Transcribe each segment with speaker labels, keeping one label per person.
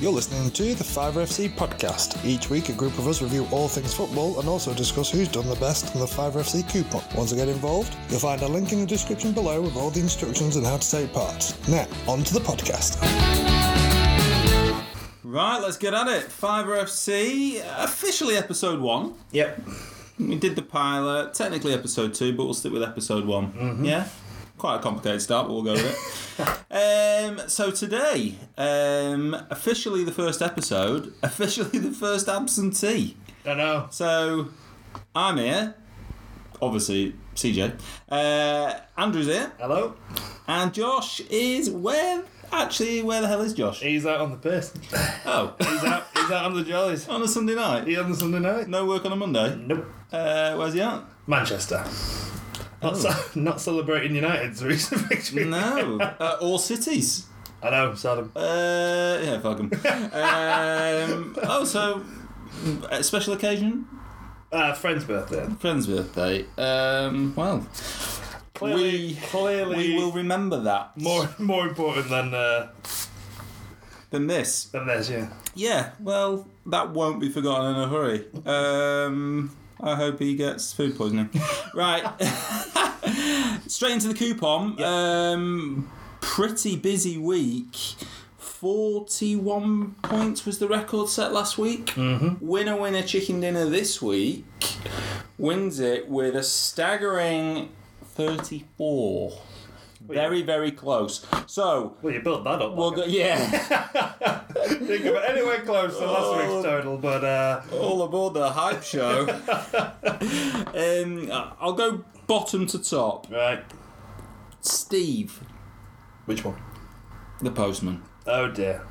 Speaker 1: You're listening to the 5FC podcast. Each week, a group of us review all things football and also discuss who's done the best on the 5FC coupon. Want to get involved? You'll find a link in the description below with all the instructions on how to take part. Now, on to the podcast.
Speaker 2: Right, let's get at it. Fiver FC, officially episode one.
Speaker 3: Yep.
Speaker 2: We did the pilot, technically episode two, but we'll stick with episode one. Yeah? Quite a complicated start, but we'll go with it. um, so today, um, officially the first episode, officially the first absentee.
Speaker 3: I know.
Speaker 2: So I'm here, obviously CJ. Uh, Andrew's here,
Speaker 3: Hello?
Speaker 2: and Josh is where? Actually, where the hell is Josh?
Speaker 3: He's out on the piss.
Speaker 2: Oh,
Speaker 3: He's out, he's out on the jollies.
Speaker 2: on a Sunday night.
Speaker 3: He on the Sunday night?
Speaker 2: No work on a Monday.
Speaker 3: Nope.
Speaker 2: Uh, where's he at?
Speaker 3: Manchester. Not, ce- not celebrating United's recent victory.
Speaker 2: No, uh, all cities.
Speaker 3: I know, Saddam.
Speaker 2: Uh, yeah, fuck 'em. Um, oh, so a special occasion,
Speaker 3: Uh, friend's birthday.
Speaker 2: friend's birthday. Um, well,
Speaker 3: Clearly,
Speaker 2: We-
Speaker 3: clearly
Speaker 2: we will remember that
Speaker 3: more more important than uh,
Speaker 2: than this.
Speaker 3: than this, yeah.
Speaker 2: Yeah, well, that won't be forgotten in a hurry. Um, I hope he gets food poisoning. right, straight into the coupon. Um, pretty busy week. Forty-one points was the record set last week. Winner, winner, chicken dinner this week wins it with a staggering thirty-four. Very, very close. So
Speaker 3: Well, you built that up.
Speaker 2: we'll go. Yeah.
Speaker 3: Think of it anywhere close to last week's total, but uh,
Speaker 2: all aboard the hype show. um, I'll go bottom to top.
Speaker 3: right.
Speaker 2: Steve,
Speaker 3: Which one?
Speaker 2: the postman.
Speaker 3: Oh dear.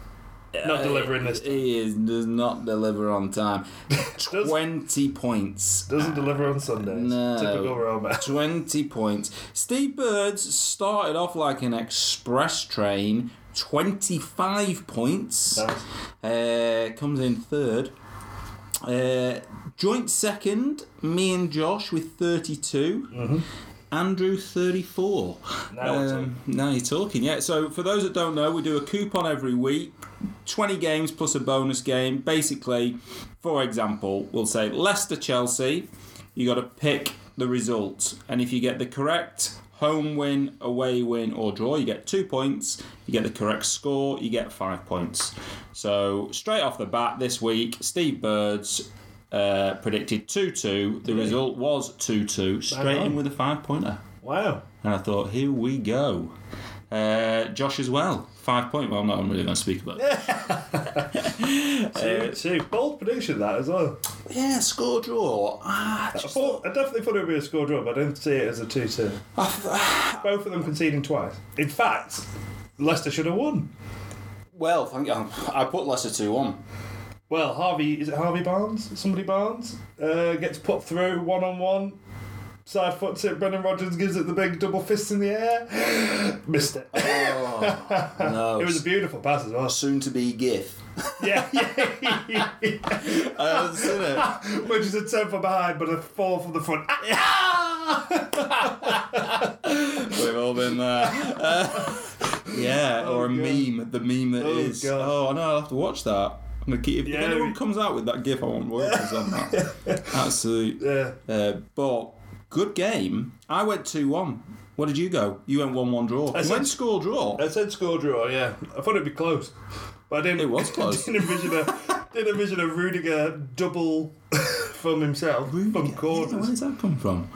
Speaker 3: Not delivering this.
Speaker 2: He is, does not deliver on time.
Speaker 3: Does,
Speaker 2: 20 points.
Speaker 3: doesn't deliver on Sundays.
Speaker 2: No.
Speaker 3: Typical Roma.
Speaker 2: 20 points. Steve Birds started off like an express train. 25 points.
Speaker 3: Nice.
Speaker 2: Uh, comes in third. Uh, joint second, me and Josh with 32. Andrew 34.
Speaker 3: Mm-hmm. Now we're
Speaker 2: um, now you're talking, yeah. So, for those that don't know, we do a coupon every week 20 games plus a bonus game. Basically, for example, we'll say Leicester Chelsea, you got to pick the result. And if you get the correct home win, away win, or draw, you get two points. You get the correct score, you get five points. So, straight off the bat this week, Steve Birds uh, predicted 2 2. The result was 2 2, straight in
Speaker 3: on.
Speaker 2: with a five pointer.
Speaker 3: Wow.
Speaker 2: And I thought, here we go. Uh, Josh as well, five point. Well, I'm not really going to speak about it.
Speaker 3: Two, two. Bold prediction that as well.
Speaker 2: Yeah, score draw. Ah,
Speaker 3: I, thought, I definitely thought it would be a score draw, but I didn't see it as a 2 2. Both of them conceding twice. In fact, Leicester should have won.
Speaker 2: well, thank you. I put Leicester 2 1.
Speaker 3: Well, Harvey, is it Harvey Barnes? Somebody Barnes? Uh, gets put through one on one. Side foots it. Brendan Rodgers gives it the big double fist in the air. Missed it.
Speaker 2: No.
Speaker 3: It was a beautiful pass as well.
Speaker 2: soon to be GIF.
Speaker 3: Yeah, yeah.
Speaker 2: I haven't seen it.
Speaker 3: Which is a 10 from behind, but a 4 from the front. Ah!
Speaker 2: We've all been there. Uh, yeah, or a
Speaker 3: God.
Speaker 2: meme. The meme that
Speaker 3: Oh,
Speaker 2: is.
Speaker 3: God.
Speaker 2: Oh, I know. I'll have to watch that. I'm gonna keep, if
Speaker 3: Yeah.
Speaker 2: anyone comes out with that GIF, I want royalties on that. Absolute.
Speaker 3: Yeah.
Speaker 2: Uh, but good game. I went 2 1. What did you go? You went 1 1 draw. I
Speaker 3: said-
Speaker 2: went score draw.
Speaker 3: I said score draw, yeah. I thought it'd be close. But I didn't,
Speaker 2: It was close.
Speaker 3: didn't, envision a, didn't envision a Rudiger double from himself, from
Speaker 2: Where
Speaker 3: corners.
Speaker 2: does that come from?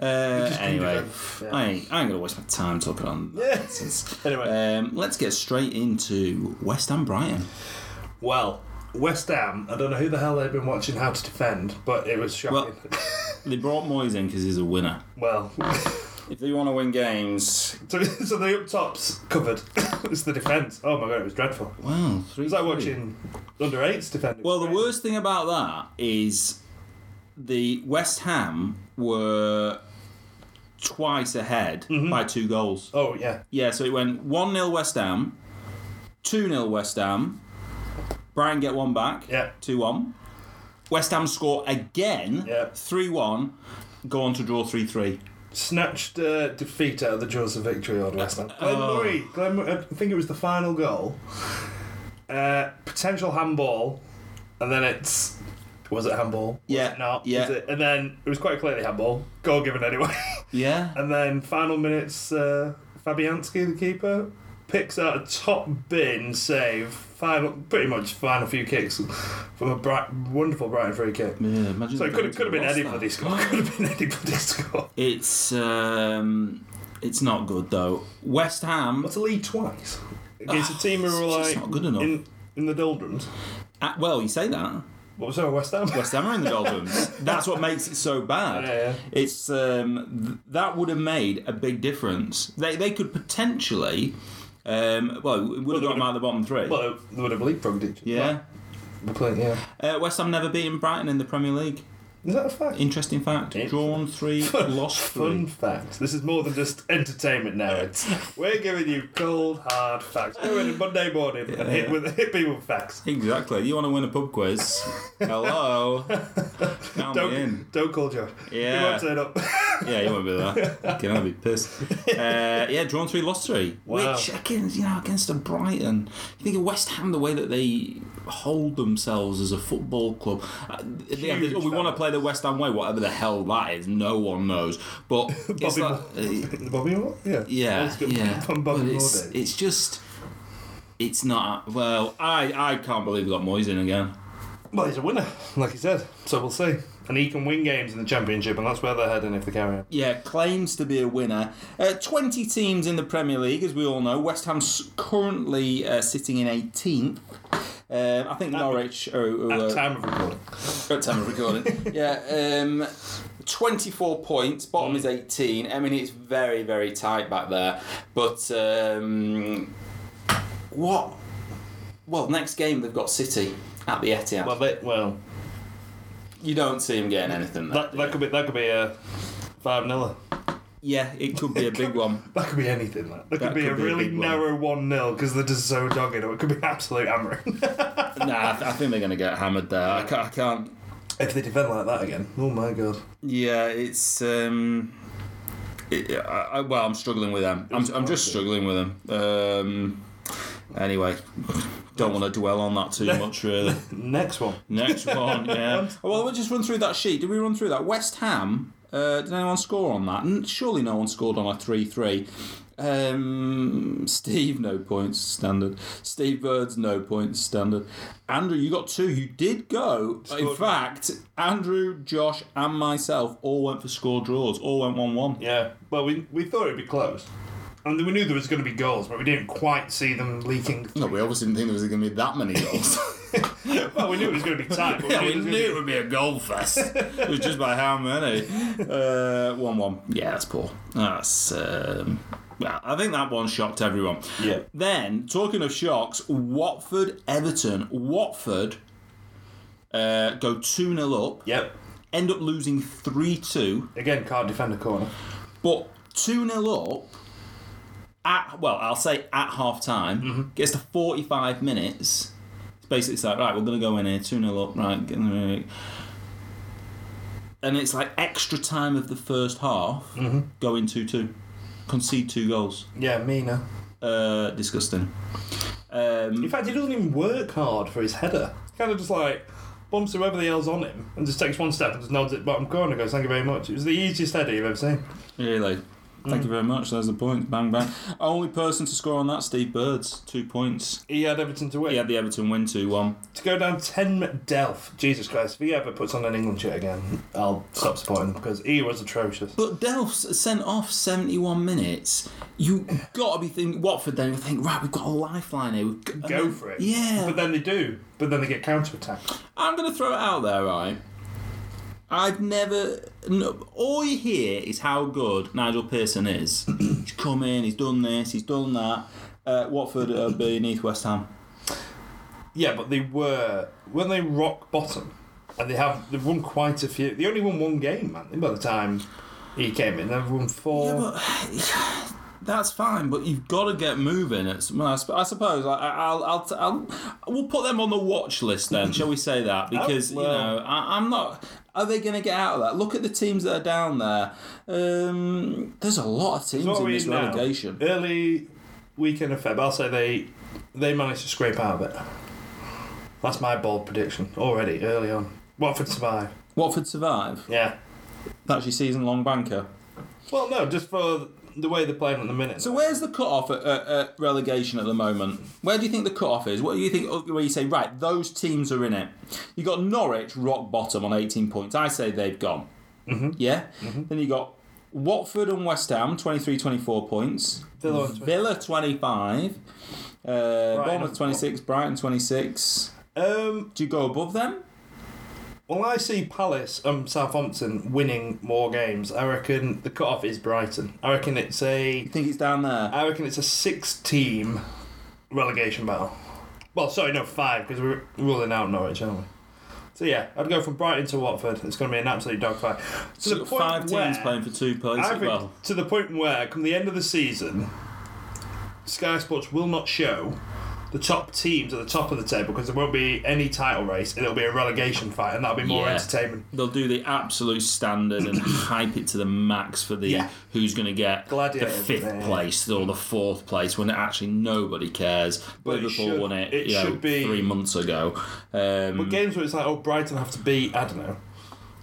Speaker 2: Uh, anyway,
Speaker 3: Yeah.
Speaker 2: I, ain't, I ain't gonna waste my time talking on that.
Speaker 3: Yeah.
Speaker 2: nonsense.
Speaker 3: Anyway.
Speaker 2: um, let's get straight into West Ham Brighton.
Speaker 3: Well, West Ham, I don't know who the hell they've been watching how to defend, but it was shocking.
Speaker 2: They brought Moyes in because he's a winner.
Speaker 3: Well,
Speaker 2: If they want to win games,
Speaker 3: so, so the up top's covered. it's the defence. Oh my god, it was dreadful. It
Speaker 2: wow, Oh, three.
Speaker 3: was like watching under 8s defending.
Speaker 2: Well, the worst thing about that is the West Ham were twice ahead by two goals.
Speaker 3: Oh, yeah.
Speaker 2: Yeah, so it went 1 0 West Ham, 2 0 West Ham, Brighton get one back,
Speaker 3: Yeah.
Speaker 2: 2 1. West Ham score again,
Speaker 3: Yeah.
Speaker 2: 3 1, go on to draw 3 3.
Speaker 3: Snatched uh, defeat
Speaker 2: Uh, oh.
Speaker 3: out of the jaws of victory on West Ham. Glenn Murray, Glenn Murray, I think it was the final goal. uh, potential handball, and then it's was it handball? Was
Speaker 2: Yeah,
Speaker 3: it not?
Speaker 2: yeah.
Speaker 3: Was it? And then it was quite clearly handball. Goal given anyway.
Speaker 2: Yeah.
Speaker 3: and then final minutes, uh, Fabianski, the keeper, picks out a top bin save. Final, pretty much final few kicks from a bright, wonderful Brighton free kick.
Speaker 2: Yeah, imagine
Speaker 3: So it
Speaker 2: the
Speaker 3: could have, could have been
Speaker 2: lost
Speaker 3: anybody
Speaker 2: that.
Speaker 3: score. Could have been anybody score.
Speaker 2: It's um, it's not good though. West Ham
Speaker 3: What's a lead twice against a team who were
Speaker 2: Ah, it's just
Speaker 3: like
Speaker 2: not good enough.
Speaker 3: in in the doldrums.
Speaker 2: Uh, well, you say that.
Speaker 3: What was that? West Ham.
Speaker 2: West Ham are in the doldrums. That's what makes it so bad.
Speaker 3: Yeah, yeah.
Speaker 2: It's um, th- that would have made a big difference. They they could potentially, um, well, it would have got them out of the bottom three.
Speaker 3: Well, they would have leaped from each other.
Speaker 2: yeah.
Speaker 3: Like, play- yeah.
Speaker 2: Uh, West Ham never beaten Brighton in the Premier League.
Speaker 3: Is that a fact?
Speaker 2: Interesting fact.
Speaker 3: Interesting.
Speaker 2: Drawn three, lost
Speaker 3: Fun
Speaker 2: three.
Speaker 3: fact. This is more than just entertainment now. It's we're giving you cold hard facts. We're in a Monday morning and hit with hit people with facts.
Speaker 2: Exactly. You want to win a pub quiz? Hello. Count me in.
Speaker 3: Don't don't call Josh.
Speaker 2: Yeah.
Speaker 3: He won't turn up.
Speaker 2: Yeah, you won't be there. Can I be pissed? Uh, yeah, drawn three, lost three.
Speaker 3: Wow.
Speaker 2: Which against you know against a Brighton, you think of West Ham the way that they hold themselves as a football club. Uh, they have this,
Speaker 3: Huge
Speaker 2: oh, we want to
Speaker 3: balance.
Speaker 2: play the West Ham way, whatever the hell that is. No one knows, but it's
Speaker 3: Bobby
Speaker 2: like, uh,
Speaker 3: Bobby Moore? Yeah.
Speaker 2: yeah,
Speaker 3: That's good.
Speaker 2: yeah.
Speaker 3: From
Speaker 2: But
Speaker 3: Bobby Moore
Speaker 2: it's,
Speaker 3: days.
Speaker 2: it's just. It's not well. I I can't believe we got Moyes in again.
Speaker 3: Well, he's a winner, like he said. So we'll see. And he can win games in the championship, and that's where they're heading if they carry on.
Speaker 2: Yeah, claims to be a winner. Uh, 20 teams in the Premier League, as we all know. West Ham's currently uh, sitting in 18th. Um, I think Norwich are, are,
Speaker 3: At
Speaker 2: are-
Speaker 3: time of recording.
Speaker 2: at time of recording. yeah, um, 24 points. Bottom is 18. I mean, it's very, very tight back there. But um, what? Well, next game they've got City at the Etihad.
Speaker 3: Well, they, well,
Speaker 2: you don't see them getting anything. There.
Speaker 3: that, that could be that could be a five 0
Speaker 2: yeah, it could be a big one.
Speaker 3: That could be anything. That,
Speaker 2: That
Speaker 3: that, could be
Speaker 2: could
Speaker 3: a
Speaker 2: be a
Speaker 3: really
Speaker 2: big one.
Speaker 3: narrow one 0 because they're just so dogged. Or it could be an absolute hammering.
Speaker 2: Nah, I, th- I think they're going to get hammered there. I ca- I can't
Speaker 3: if they defend like that again, oh my god!
Speaker 2: Yeah, it's. Um, it, I, I, well, I'm struggling with them. I'm, I'm just struggling with them. Um, anyway, don't want to dwell on that too much, really.
Speaker 3: Next one.
Speaker 2: Next one, yeah. Well, we'll just run through that sheet. Did we run through that? West Ham, uh, did anyone score on that? N- Surely no one scored on a 3 3. Um, Steve, no points, standard. Steve Bird's no points, standard. Andrew, you got two. You did go. In
Speaker 3: Scored.
Speaker 2: fact, Andrew, Josh, and myself all went for score draws, all went 1 1.
Speaker 3: Yeah. Well, we we thought it'd be close, and we knew there was going to be goals, but we didn't quite see them leaking.
Speaker 2: No, we obviously didn't think there was going to be that many goals.
Speaker 3: well, we knew it was going to be tight. But
Speaker 2: Yeah, we
Speaker 3: it was
Speaker 2: knew it would be a gold fest. it was just by how many? Uh, one one. Yeah, that's poor. That's. Um, well, I think that one shocked everyone.
Speaker 3: Yeah.
Speaker 2: Then talking of shocks, Watford Everton. Watford uh, go two 0 up.
Speaker 3: Yep.
Speaker 2: End up losing three two,
Speaker 3: Again, can't defend a corner.
Speaker 2: but two 0 up. At, well, I'll say at half time, gets to 45 minutes. It's basically it's like, right, we're going to go in here, 2 0 up, right. get in the- And it's like extra time of the first half, go in 2 2, concede two goals.
Speaker 3: Yeah, Mina.
Speaker 2: Uh, disgusting. Um,
Speaker 3: In fact, he doesn't even work hard for his header. He kind of just like bumps whoever the hell's on him and just takes one step and just nods at bottom corner and goes, Thank you very much. It was the easiest header you've ever seen.
Speaker 2: really. Thank you very much. There's the point. Bang, bang. Only person to score on that, Steve Birds. Two points.
Speaker 3: He had Everton to win.
Speaker 2: He had the Everton win 2 1.
Speaker 3: To go down 10 Delph, Jesus Christ, if he ever puts on an England shirt again, I'll stop supporting him because he was atrocious.
Speaker 2: But Delph's sent off 71 minutes. You got to be thinking Watford. Then you think, right, we've got a lifeline here. We've got,
Speaker 3: Go for it.
Speaker 2: Uh, Yeah.
Speaker 3: But then they do, but then they get counter attacked.
Speaker 2: I'm going to throw it out there, right? I've never. No, all you hear is how good Nigel Pearson is. he's come in. He's done this. He's done that. Uh, Watford are beneath West Ham.
Speaker 3: Yeah, but they were, weren't they rock bottom? And they have, they've won quite a few. They only won one game, man, by the time he came in. They've won four.
Speaker 2: That's fine, but you've got to get moving. It's, well, I, sup- I suppose I, I- I'll, I'll, t- I'll, we'll put them on the watch list then, shall we say that? Because you
Speaker 3: well.
Speaker 2: know, I, I'm not. Are they going to get out of that? Look at the teams that are down there. Um, there's a lot of teams
Speaker 3: What are
Speaker 2: in
Speaker 3: we
Speaker 2: this
Speaker 3: in now?
Speaker 2: relegation.
Speaker 3: Early weekend of Feb, I'll say they they managed to scrape out of it. That's my bold prediction already early on. Watford survive.
Speaker 2: Watford survive.
Speaker 3: Yeah.
Speaker 2: That's your season-long banker.
Speaker 3: Well, no, just for the way they're playing at the minute.
Speaker 2: So where's the cut-off at, at, at relegation at the moment? Where do you think the cut-off is? What do you think, uh, where you say, right, those teams are in it? you got Norwich, rock bottom on 18 points. I say they've gone. Yeah? Then you got Watford and West Ham, 23, 24 points.
Speaker 3: Villa on 20.
Speaker 2: Villa 25. Uh, Bournemouth 26, Brighton 26.
Speaker 3: um,
Speaker 2: Do you go above them?
Speaker 3: well, I see Palace and Southampton winning more games. I reckon the cutoff is Brighton. I reckon it's a
Speaker 2: You think it's down there?
Speaker 3: I reckon it's a six-team relegation battle. Well, sorry, no five because we're ruling out Norwich, aren't we? So yeah, I'd go from Brighton to Watford. It's going to be an absolute dogfight. To
Speaker 2: So you've got five teams playing for two places.
Speaker 3: I think
Speaker 2: well,
Speaker 3: to the point where, come the end of the season, Sky Sports will not show the top teams at the top of the table because there won't be any title race and it'll be a relegation fight and that'll be more
Speaker 2: Yeah.
Speaker 3: entertainment.
Speaker 2: They'll do the absolute standard and hype it to the max for the
Speaker 3: Yeah.
Speaker 2: who's going to get
Speaker 3: Gladiator,
Speaker 2: the fifth
Speaker 3: yeah.
Speaker 2: place or the fourth place when actually nobody cares.
Speaker 3: But it
Speaker 2: Liverpool
Speaker 3: should-
Speaker 2: won it,
Speaker 3: it
Speaker 2: you know,
Speaker 3: should be-
Speaker 2: three months ago. Um,
Speaker 3: Games where it's like, oh, Brighton have to beat, I don't know,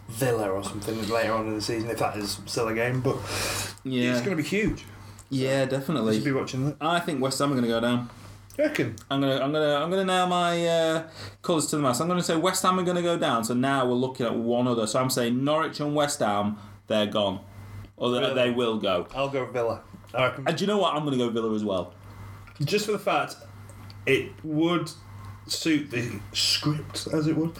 Speaker 3: Villa or something later on in the season if that is still a game, but it's
Speaker 2: yeah,
Speaker 3: going to be huge.
Speaker 2: yeah,
Speaker 3: Should be
Speaker 2: definitely.
Speaker 3: watching that.
Speaker 2: I think West Ham are going to go down.
Speaker 3: You reckon?
Speaker 2: I'm gonna, I'm gonna, I'm gonna nail my uh, colours to the mast. I'm gonna say West Ham are gonna go down. So now we're looking at one other. So I'm saying Norwich and West Ham, they're gone, or they-
Speaker 3: Really?
Speaker 2: they will go.
Speaker 3: I'll go Villa. I reckon.
Speaker 2: And do you know what? I'm gonna go Villa as well.
Speaker 3: just for the fact it would suit the script as it would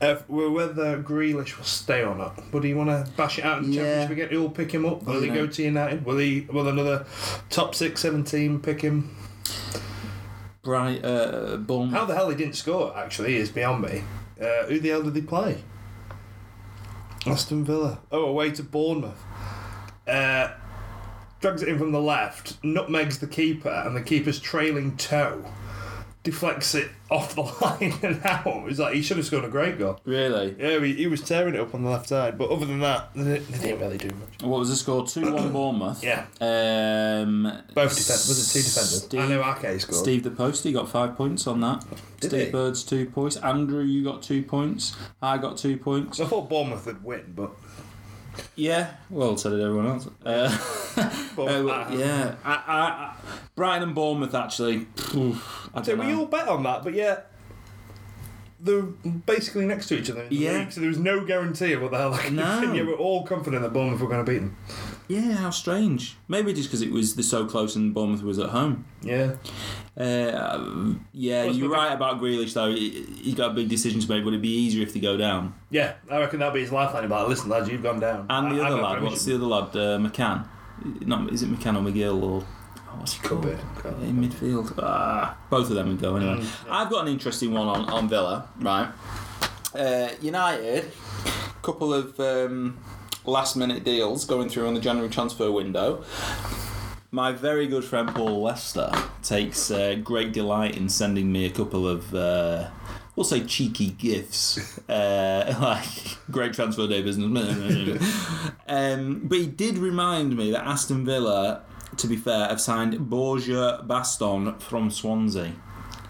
Speaker 3: uh, well, whether Grealish will stay or not would he want to bash it out in the
Speaker 2: Yeah.
Speaker 3: championship again who'll pick him up will he go to United will he will another top 6 7 team pick him
Speaker 2: Bright, uh, Bournemouth.
Speaker 3: how the hell he didn't score actually is beyond me uh, who the hell did he play Aston Villa oh away to Bournemouth uh, drags it in from the left, nutmegs the keeper, and the keeper's trailing toe deflects it off the line and out. It was like he should have scored a great goal.
Speaker 2: Really?
Speaker 3: Yeah, he, he was tearing it up on the left side, but other than that, they, they didn't really do much.
Speaker 2: What was the score? Two one Bournemouth.
Speaker 3: Yeah.
Speaker 2: Um,
Speaker 3: Both defenders. Was it two defenders? I know
Speaker 2: Steve,
Speaker 3: Ake scored.
Speaker 2: Steve the Postie got five points on that.
Speaker 3: Did
Speaker 2: Steve
Speaker 3: he?
Speaker 2: Bird's two points. Andrew, you got two points. I got two points.
Speaker 3: I thought Bournemouth would win, but
Speaker 2: Yeah. Well, so did everyone else. Uh, Uh, well,
Speaker 3: uh,
Speaker 2: yeah, I, I, I, Brighton and Bournemouth actually. Oof, I
Speaker 3: So
Speaker 2: don't
Speaker 3: we
Speaker 2: know.
Speaker 3: all bet on that, but yeah, they're basically next to each other. In the
Speaker 2: Yeah.
Speaker 3: league, so there was no guarantee of what the hell. Like,
Speaker 2: No.
Speaker 3: and you were all confident that Bournemouth were going to beat them.
Speaker 2: Yeah, how strange. Maybe just because it was they're so close and Bournemouth was at home.
Speaker 3: Yeah.
Speaker 2: Uh, yeah,
Speaker 3: What's
Speaker 2: you're
Speaker 3: the-
Speaker 2: right about Grealish though. He- He's got a big decision to make. Would it be easier if they go down?
Speaker 3: Yeah, I reckon that'll be his lifeline. About listen, lads, you've gone down.
Speaker 2: And the
Speaker 3: I- I
Speaker 2: other
Speaker 3: don't
Speaker 2: lad,
Speaker 3: think we
Speaker 2: what's
Speaker 3: should-
Speaker 2: the other lad? Uh, McCann. Not is it McCann or McGill or oh, what's he
Speaker 3: Could
Speaker 2: called?
Speaker 3: be.
Speaker 2: In midfield. Ah, both of them would go anyway. I've got an interesting one on, on Villa, right? Uh, United, couple of um, last minute deals going through on the January transfer window. My very good friend Paul Lester takes uh, great delight in sending me a couple of, uh, we'll say, cheeky gifts, uh, like great transfer day business. um, but he did remind me that Aston Villa, to be fair, have signed Borgia Baston from Swansea.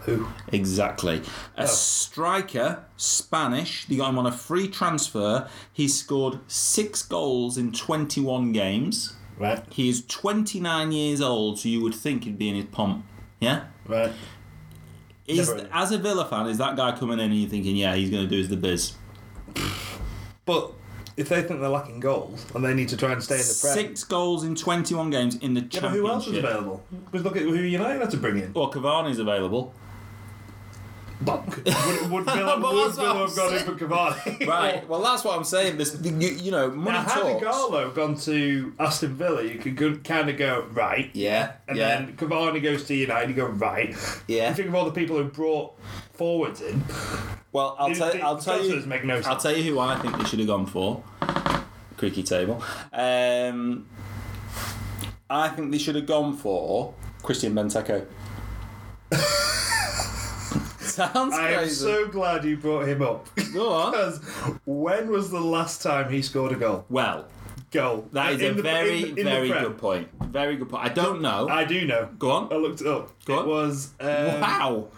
Speaker 3: Who?
Speaker 2: Exactly. A
Speaker 3: Oh.
Speaker 2: striker, Spanish. They got him on a free transfer. He scored six goals in 21 games.
Speaker 3: Right,
Speaker 2: He is 29 years old, so you would think he'd be in his pomp. Yeah?
Speaker 3: right.
Speaker 2: Is,
Speaker 3: Never.
Speaker 2: as a Villa fan, is that guy coming in and you're thinking, yeah, he's going to do us the biz?
Speaker 3: But if they think they're lacking goals and they need to try and stay in the press,
Speaker 2: Six goals in 21 games in the
Speaker 3: yeah,
Speaker 2: Championship.
Speaker 3: but who else was available? Because look at who United had to bring in.
Speaker 2: Well, Cavani's available.
Speaker 3: Bonk. would, would Villa,
Speaker 2: But
Speaker 3: would
Speaker 2: that's what
Speaker 3: Villa
Speaker 2: I'm
Speaker 3: have gone in for Cavani?
Speaker 2: Right. Well, that's what I'm saying. This, you, you know, money
Speaker 3: Now, had
Speaker 2: talks.
Speaker 3: Carlo gone to Aston Villa, you could go, kind of go right.
Speaker 2: Yeah.
Speaker 3: And
Speaker 2: yeah.
Speaker 3: then Cavani goes to United, you go right.
Speaker 2: Yeah.
Speaker 3: You think of all the people who brought forwards in.
Speaker 2: Well, I'll
Speaker 3: These-
Speaker 2: tell
Speaker 3: these
Speaker 2: I'll tell you
Speaker 3: transfers make no
Speaker 2: I'll
Speaker 3: sense.
Speaker 2: tell you who I think they should have gone for. Creaky table. Um, I think they should have gone for Christian Benteke. Sounds
Speaker 3: I am
Speaker 2: crazy.
Speaker 3: so glad you brought him up.
Speaker 2: Go on.
Speaker 3: Because when was the last time he scored a goal?
Speaker 2: Well,
Speaker 3: goal. Uh,
Speaker 2: That is
Speaker 3: In
Speaker 2: a
Speaker 3: the-
Speaker 2: very,
Speaker 3: in the- in the
Speaker 2: very
Speaker 3: prep.
Speaker 2: good point. Very good point. I don't know.
Speaker 3: I Um, do know.
Speaker 2: Go on.
Speaker 3: I looked it up.
Speaker 2: Go
Speaker 3: it
Speaker 2: on.
Speaker 3: was because
Speaker 2: wow.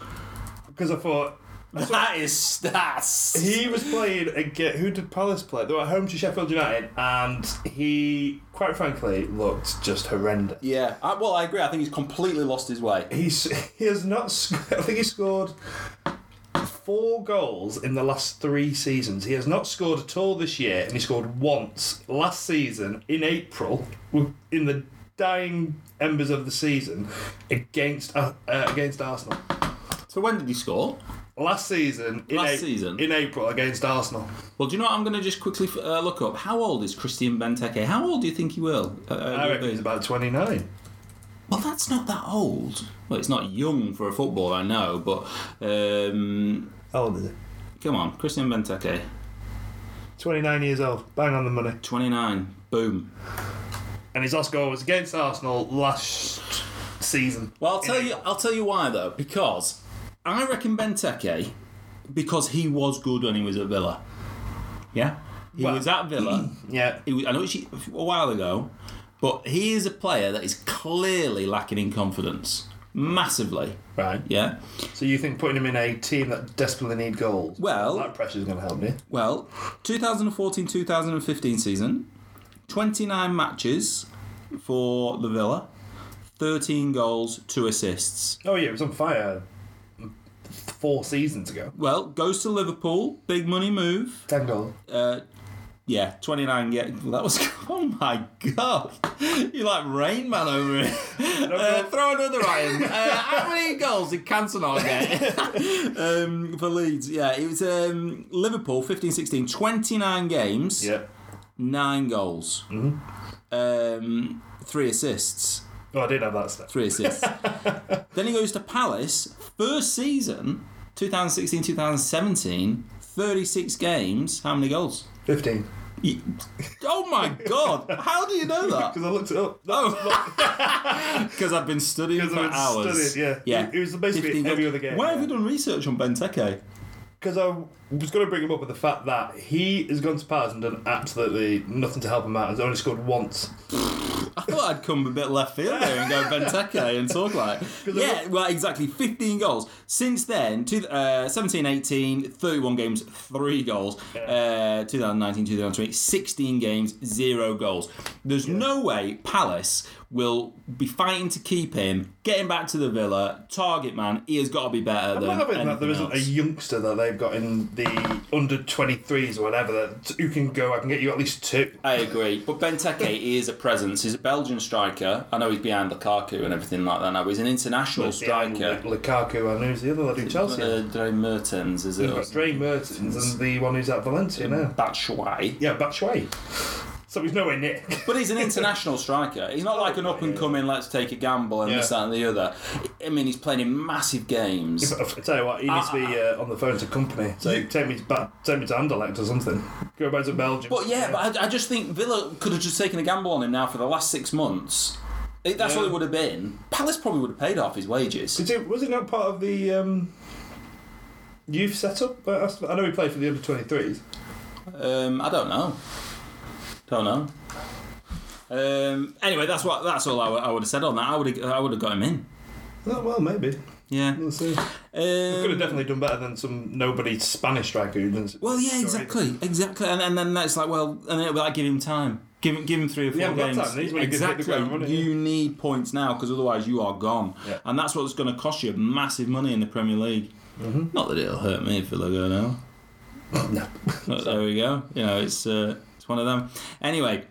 Speaker 3: I thought
Speaker 2: That is stats.
Speaker 3: he was playing against who did Palace play? They were at home to Sheffield United, and he, quite frankly, looked just horrendous.
Speaker 2: yeah. I, well, I agree. I think he's completely lost his way.
Speaker 3: He's he has not. sc- I think he scored four goals in the last three seasons. He has not scored at all this year, and he scored once last season in April w- in the dying embers of the season against uh, uh, against Arsenal.
Speaker 2: So when did he score?
Speaker 3: Last season, in
Speaker 2: Last
Speaker 3: A-
Speaker 2: season?
Speaker 3: in April against Arsenal.
Speaker 2: Well, do you know what? I'm going to just quickly uh, look up. How old is Christian Benteke? How old do you think he will? Uh,
Speaker 3: I
Speaker 2: will
Speaker 3: reckon
Speaker 2: be?
Speaker 3: he's about twenty nine.
Speaker 2: Well, that's not that old. Well, it's not young for a footballer, I know, but um,
Speaker 3: How old is he?
Speaker 2: come on, Christian Benteke,
Speaker 3: 29 years old, bang on the money.
Speaker 2: 29, boom.
Speaker 3: And his last goal was against Arsenal last season.
Speaker 2: Well, I'll tell you, I'll tell you why though, because I reckon Benteke, because he was good when he was at Villa. Yeah, he
Speaker 3: Well-
Speaker 2: was at Villa.
Speaker 3: Yeah.
Speaker 2: He was, I know it's a while ago, but he is a player that is clearly lacking in confidence, massively.
Speaker 3: Right.
Speaker 2: Yeah.
Speaker 3: So you think putting him in a team that desperately need goals?
Speaker 2: Well-
Speaker 3: that pressure's going to help me.
Speaker 2: Well, 2014 2015 season, 29 matches for the Villa, 13 goals, 2 assists.
Speaker 3: Oh yeah, it was on fire four seasons ago.
Speaker 2: Well, goes to Liverpool, big money move.
Speaker 3: Ten goals.
Speaker 2: Uh, yeah, 29 yeah, well, that was oh my god. You like Rain Man over here. Uh,
Speaker 3: no.
Speaker 2: throw another iron. Uh, how many goals did Cantona get um, for Leeds? Yeah, it was um, Liverpool 15-16, 29 games.
Speaker 3: Yeah.
Speaker 2: nine goals, um, three assists,
Speaker 3: Oh, I did have that stuff.
Speaker 2: three assists. then he goes to Palace, first season, 2016 2017, 36 games. How many goals?
Speaker 3: Fifteen.
Speaker 2: Ye- Oh my god, how do you know that?
Speaker 3: Because I looked it up. No,
Speaker 2: Oh, because I've been studying
Speaker 3: Because
Speaker 2: for
Speaker 3: I've been
Speaker 2: hours.
Speaker 3: studying, yeah.
Speaker 2: yeah.
Speaker 3: It was basically
Speaker 2: 15
Speaker 3: every
Speaker 2: goals.
Speaker 3: other game,
Speaker 2: Why have
Speaker 3: yeah.
Speaker 2: you done research on Benteke?
Speaker 3: because I was going to bring him up with the fact that he has gone to Palace and done absolutely nothing to help him out. Has only scored once.
Speaker 2: I thought I'd come a bit left field there and go Benteke and talk like. Yeah, well, exactly. 15 goals. Since then, two, uh, 17 18, 31 games, 3 goals. Uh, 2019 2020, 16 games, 0 goals. There's no way Palace will be fighting to keep him, get him back to the Villa, target man. He has got to be better
Speaker 3: I'm
Speaker 2: than.
Speaker 3: not having that there
Speaker 2: anything
Speaker 3: isn't a
Speaker 2: else.
Speaker 3: youngster that they've got in the under 23s or whatever that who can go. I can get you at least two.
Speaker 2: I agree. But Benteke he is a presence. He's a Belgian striker. I know he's behind Lukaku and everything like that now, but he's an international striker.
Speaker 3: Behind Lu- Lukaku and who's the other lad who Chelsea?
Speaker 2: Uh, Dre Mertens is it?
Speaker 3: We've got Dre Mertens and the one who's at Valencia now.
Speaker 2: Batshuayi.
Speaker 3: Yeah, Batshuayi. So he's nowhere near.
Speaker 2: But he's an international striker. He's not like an up and coming, let's take a gamble and this,
Speaker 3: Yeah.
Speaker 2: that, and the other. I mean, he's playing in massive games.
Speaker 3: I tell you what, he needs to be
Speaker 2: Ah,
Speaker 3: uh, on the phone to company. So take me to ba- take me to Anderlecht or something. Go back to Belgium.
Speaker 2: But yeah, but I, I just think Villa could have just taken a gamble on him now for the last six months. It, that's all it would have been. Palace probably would have paid half his wages.
Speaker 3: Did he, was he not part of the um, youth setup? at Aston- I know he played for the under 23s.
Speaker 2: Um, I don't know. Don't know. Um, anyway, that's what that's all I would- I would have said on that. I would have, I would have got him in.
Speaker 3: Oh, well, maybe.
Speaker 2: Yeah.
Speaker 3: We'll see. Could have
Speaker 2: Um,
Speaker 3: definitely done better than some nobody Spanish striker who doesn't.
Speaker 2: Well, yeah, exactly, exactly, and, and then that's like, well, and then like, give him time, give him, give him three or four
Speaker 3: Yeah, but
Speaker 2: games.
Speaker 3: that's time, he's when he can hit the
Speaker 2: exactly,
Speaker 3: ground running,
Speaker 2: you need points now because otherwise you are gone,
Speaker 3: Yeah.
Speaker 2: and that's what's going to cost you massive money in the Premier League.
Speaker 3: Mm-hmm.
Speaker 2: Not that it'll hurt me if I go now.
Speaker 3: No.
Speaker 2: But there we go. You know, it's uh, it's one of them. Anyway,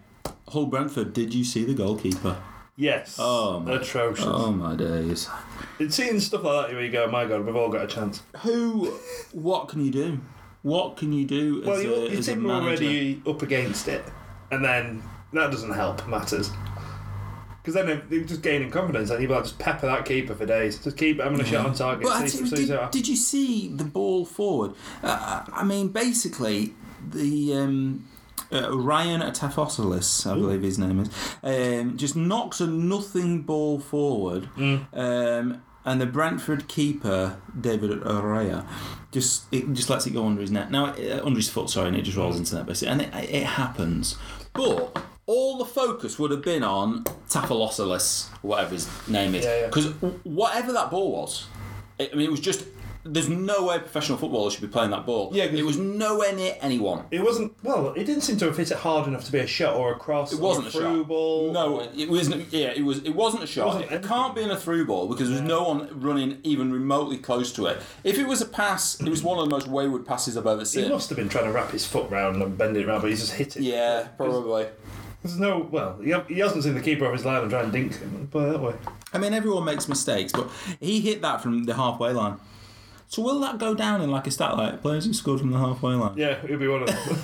Speaker 2: Hull Brentford. Did you see the goalkeeper?
Speaker 3: Yes.
Speaker 2: Oh, my-
Speaker 3: Atrocious.
Speaker 2: Oh my days.
Speaker 3: It's seeing stuff like that where you go, my God, we've all got a chance.
Speaker 2: Who? What can you do? What can you do as
Speaker 3: Well,
Speaker 2: a,
Speaker 3: your, your
Speaker 2: as a
Speaker 3: team
Speaker 2: manager?
Speaker 3: were already up against it, and then that doesn't help matters. Because then they're- they're just gaining confidence, and you're like, just pepper that keeper for days. Just keep having a shot
Speaker 2: Mm.
Speaker 3: on target.
Speaker 2: But I
Speaker 3: see-
Speaker 2: think-
Speaker 3: see- see-
Speaker 2: did, did you see the ball forward? Uh, I mean, basically, the um, uh, Ryan Atafosilis, I believe his name is, um, just knocks a nothing ball forward,
Speaker 3: Mm.
Speaker 2: um, and the Brentford keeper David Araya just it just lets it go under his net. Now uh, under his foot, sorry, and it just rolls into net basically, and it, it happens. But all all the focus would have been on Tapalosaurus, whatever his name is,
Speaker 3: Yeah, yeah.
Speaker 2: because whatever that ball was, I I mean, it was just. There's no way a professional footballer should be playing that ball.
Speaker 3: Yeah, 'cause-
Speaker 2: it was nowhere near anyone.
Speaker 3: It wasn't well. It didn't seem to have hit it hard enough to be a shot or a cross.
Speaker 2: It wasn't a
Speaker 3: through
Speaker 2: shot.
Speaker 3: ball.
Speaker 2: No, it wasn't. Yeah, it was. It wasn't a shot.
Speaker 3: wasn't
Speaker 2: It,
Speaker 3: anything.
Speaker 2: can't be in a through ball because there's no one running even remotely close to it. If it was a pass, it was one of the most wayward passes I've ever
Speaker 3: He
Speaker 2: seen.
Speaker 3: must have been trying to wrap his foot round and bend it round, but he's just hit it.
Speaker 2: yeah, probably.
Speaker 3: There's no well. He, he hasn't seen the keeper of his line and try and dink him. Put it that way.
Speaker 2: I mean, everyone makes mistakes, but he hit that from the halfway line. So will that go down in like a stat like players who scored from the halfway line?
Speaker 3: Yeah, he'll be one of them.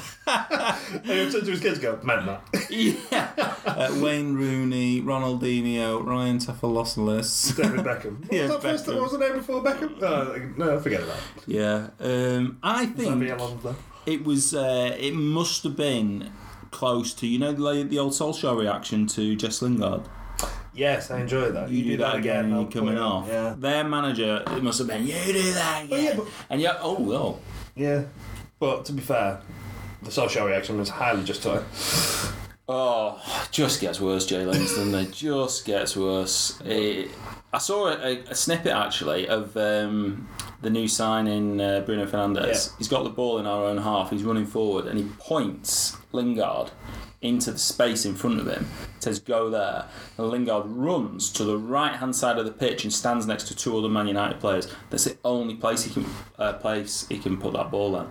Speaker 3: and he'll turn to his kids and go, man, that.
Speaker 2: Yeah. uh, Wayne Rooney, Ronaldinho, Ryan Tafalosoulos.
Speaker 3: David Beckham. What
Speaker 2: Yeah,
Speaker 3: was that first
Speaker 2: Beckham.
Speaker 3: what was the name before Beckham? Uh, No, no forget about it.
Speaker 2: Yeah. Um, I think.
Speaker 3: That'd be Alonso.
Speaker 2: It was. Uh, it must have been close to you know the, the old Solskjaer reaction to Jess Lingard.
Speaker 3: Yes, I enjoy that. You, do that again.
Speaker 2: and
Speaker 3: I'll
Speaker 2: you're coming
Speaker 3: put it on.
Speaker 2: off.
Speaker 3: Yeah.
Speaker 2: Their manager. It must have been you do that again.
Speaker 3: yeah, but-
Speaker 2: and yeah. Oh well.
Speaker 3: Yeah. But to be fair, the social reaction was highly just to
Speaker 2: Oh, just gets worse, Jay Livingston. they just gets worse. It, I saw a, a snippet actually of um, the new sign in uh, Bruno Fernandez.
Speaker 3: Yeah.
Speaker 2: He's got the ball in our own half. He's running forward and he points Lingard into the space in front of him. Says go there. And Lingard runs to the right hand side of the pitch and stands next to two other Man United players. That's the only place he can uh, place he can put that ball in.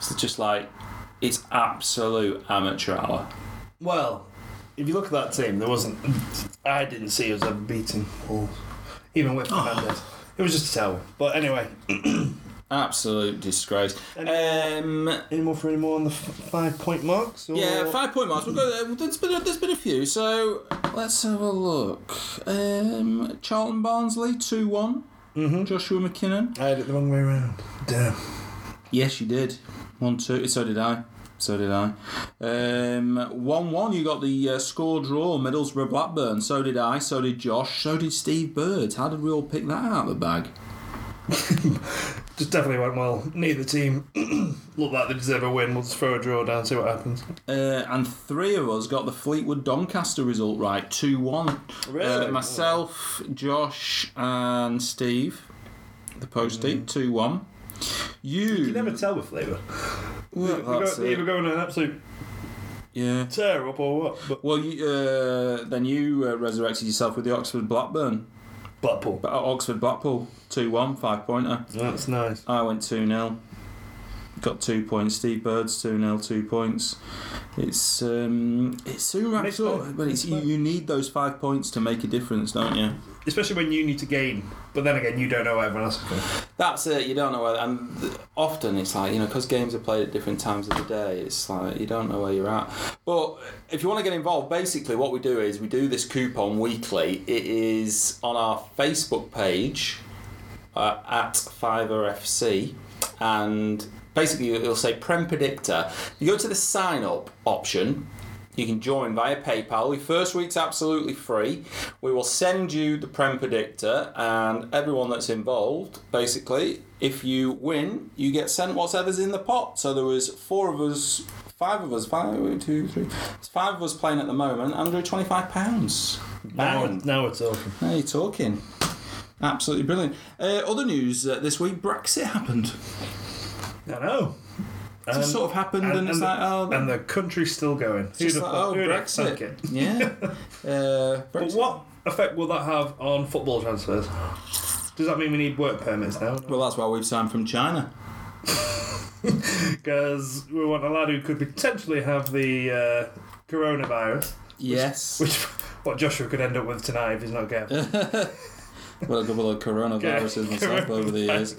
Speaker 2: So just like it's absolute amateur hour.
Speaker 3: Well, if you look at that team, there wasn't. I didn't see us ever beating Wolves, even with
Speaker 2: Ah.
Speaker 3: Fernandez. It was just a towel. But anyway,
Speaker 2: Absolute disgrace. um,
Speaker 3: any more for any more on the f- five point marks? Or...
Speaker 2: yeah, five point marks. We've got, uh, there's, been a, there's been a few. So let's have a look. Um, Charlton Barnsley 2 one Joshua McKinnon.
Speaker 3: I had it the wrong way around. Damn.
Speaker 2: Yes, you did. 1 2. So did I. So did I. Um, 1 1. You got the uh, score draw Middlesbrough Blackburn. So did I. So did Josh. So did Steve Bird. How did we all pick that out of the bag?
Speaker 3: Just definitely went well. Neither team looked like they deserve a win. We'll just throw a draw down, see what happens.
Speaker 2: Uh, and three of us got the Fleetwood Doncaster result right 2 1.
Speaker 3: Really?
Speaker 2: Uh, myself, Josh, and Steve, the postie, 2 1. You.
Speaker 3: Mm. You never tell with flavour.
Speaker 2: Well, that's
Speaker 3: Either
Speaker 2: it.
Speaker 3: going on an absolute
Speaker 2: Yeah.
Speaker 3: tear up or what? But
Speaker 2: Well, you, uh, then you uh, resurrected yourself with the Oxford Blackburn.
Speaker 3: Blackpool.
Speaker 2: But uh, Oxford Blackpool, 2 1, five pointer.
Speaker 3: That's nice.
Speaker 2: I went 2 0. Got two points. Steve Bird's 2 0, two points. It's um, it soon wraps
Speaker 3: Mixed
Speaker 2: up,
Speaker 3: bag.
Speaker 2: but it's, you,
Speaker 3: Mixed bag.
Speaker 2: you need those five points to make a difference, don't you?
Speaker 3: Especially when you need to gain, but then again, you don't know where everyone else is going.
Speaker 2: That's it. You don't know where, and th- often it's like you know because games are played at different times of the day. It's like you don't know where you're at. But if you want to get involved, basically what we do is we do this coupon weekly. It is on our Facebook page uh, at Fiverr FC, and basically it'll say Prem Predictor. You go to the sign up option. You can join via PayPal. Your first week's absolutely free. We will send you the Prem Predictor and everyone that's involved. Basically, if you win, you get sent whatever's in the pot. So there was four of us, five of us, five, two, three. There's five of us playing at the moment under twenty-five pounds.
Speaker 3: Now, we're- now we're talking.
Speaker 2: Now you're talking. Absolutely brilliant. Uh, other news uh, this week: Brexit happened.
Speaker 3: I know.
Speaker 2: It just sort of happened, and, it's like, oh,
Speaker 3: Um, and the country's still going.
Speaker 2: it's just
Speaker 3: Who'd
Speaker 2: like,
Speaker 3: have
Speaker 2: oh,
Speaker 3: thought- who'd have thunk
Speaker 2: Brexit.
Speaker 3: it?
Speaker 2: Yeah. Uh,
Speaker 3: But
Speaker 2: Brexit.
Speaker 3: what effect will that have on football transfers? Does that mean we need work permits now?
Speaker 2: Well, that's why we've signed from China.
Speaker 3: Because we want a lad who could potentially have the uh, coronavirus,
Speaker 2: Yes.
Speaker 3: which what Joshua could end up with tonight if he's not careful.
Speaker 2: Well, a couple of coronaviruses myself over the years.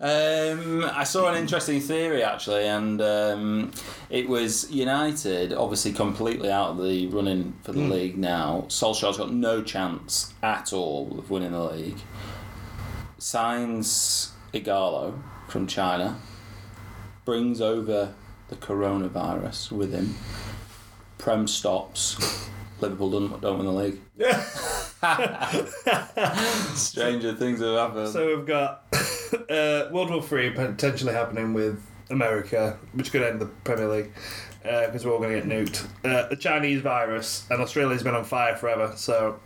Speaker 2: Um, I saw an interesting theory actually, and um, it was United obviously completely out of the running for the league now. Solskjaer's got no chance at all of winning the league. Signs Igalo from China, brings over the coronavirus with him. Prem stops. Liverpool don't, don't win the league.
Speaker 3: Yeah.
Speaker 2: Stranger things have happened.
Speaker 3: so we've got uh, World War Three potentially happening with America, which could end the Premier League. because we're all going to get nuked. Uh, the Chinese virus and Australia's been on fire forever, so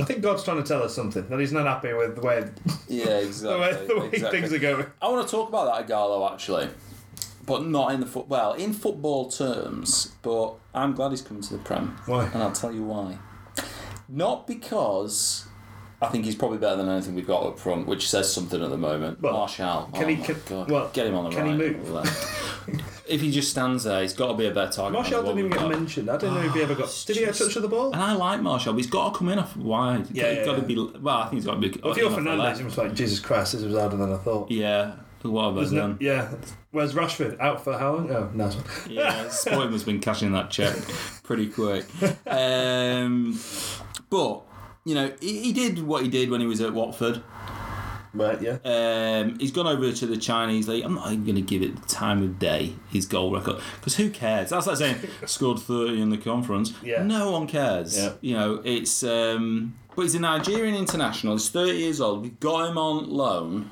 Speaker 3: I think God's trying to tell us something that he's not happy with the way
Speaker 2: Yeah,
Speaker 3: the
Speaker 2: exactly.
Speaker 3: way, the way
Speaker 2: exactly.
Speaker 3: things are going.
Speaker 2: I want to talk about that Agallo actually, but not in the foot. Well, in football terms, but I'm glad he's coming to the Prem.
Speaker 3: Why?
Speaker 2: And I'll tell you why. Not because I think he's probably better than anything we've got up front, which says something at the moment.
Speaker 3: Well,
Speaker 2: Marshall.
Speaker 3: can
Speaker 2: oh
Speaker 3: he-
Speaker 2: my
Speaker 3: can-
Speaker 2: God.
Speaker 3: well,
Speaker 2: get him on the
Speaker 3: can he
Speaker 2: right.
Speaker 3: move?
Speaker 2: over there. if he just stands there, he's got to be a better target.
Speaker 3: Marshall
Speaker 2: than what
Speaker 3: didn't even
Speaker 2: we've
Speaker 3: get
Speaker 2: got.
Speaker 3: mentioned. I didn't know if he ever got. Did he
Speaker 4: Ah,
Speaker 3: have touch of the ball?
Speaker 4: And I like Marshall, but he's got to come in off wide.
Speaker 3: Yeah,
Speaker 4: he's
Speaker 3: yeah,
Speaker 4: got to
Speaker 3: yeah.
Speaker 4: be. Well, I think he's got to be.
Speaker 3: If you're Fernandez, it was like Jesus Christ, this was harder than I thought.
Speaker 4: yeah. What have I
Speaker 3: Isn't
Speaker 4: done?
Speaker 3: it? Yeah. Where's Rashford? Out for how long? Oh, no. it's fine.
Speaker 4: Yeah, Sporting has been cashing that check pretty quick. Um, but you know, he, he did what he did when he was at Watford.
Speaker 3: Right, yeah.
Speaker 4: Um, he's gone over to the Chinese league. I'm not even going to give it the time of day. His goal record, because who cares? That's like saying scored 30 in the conference.
Speaker 3: Yeah.
Speaker 4: No one cares.
Speaker 3: Yeah.
Speaker 4: You know, it's um, but he's a Nigerian international. He's 30 years old. We've got him on loan.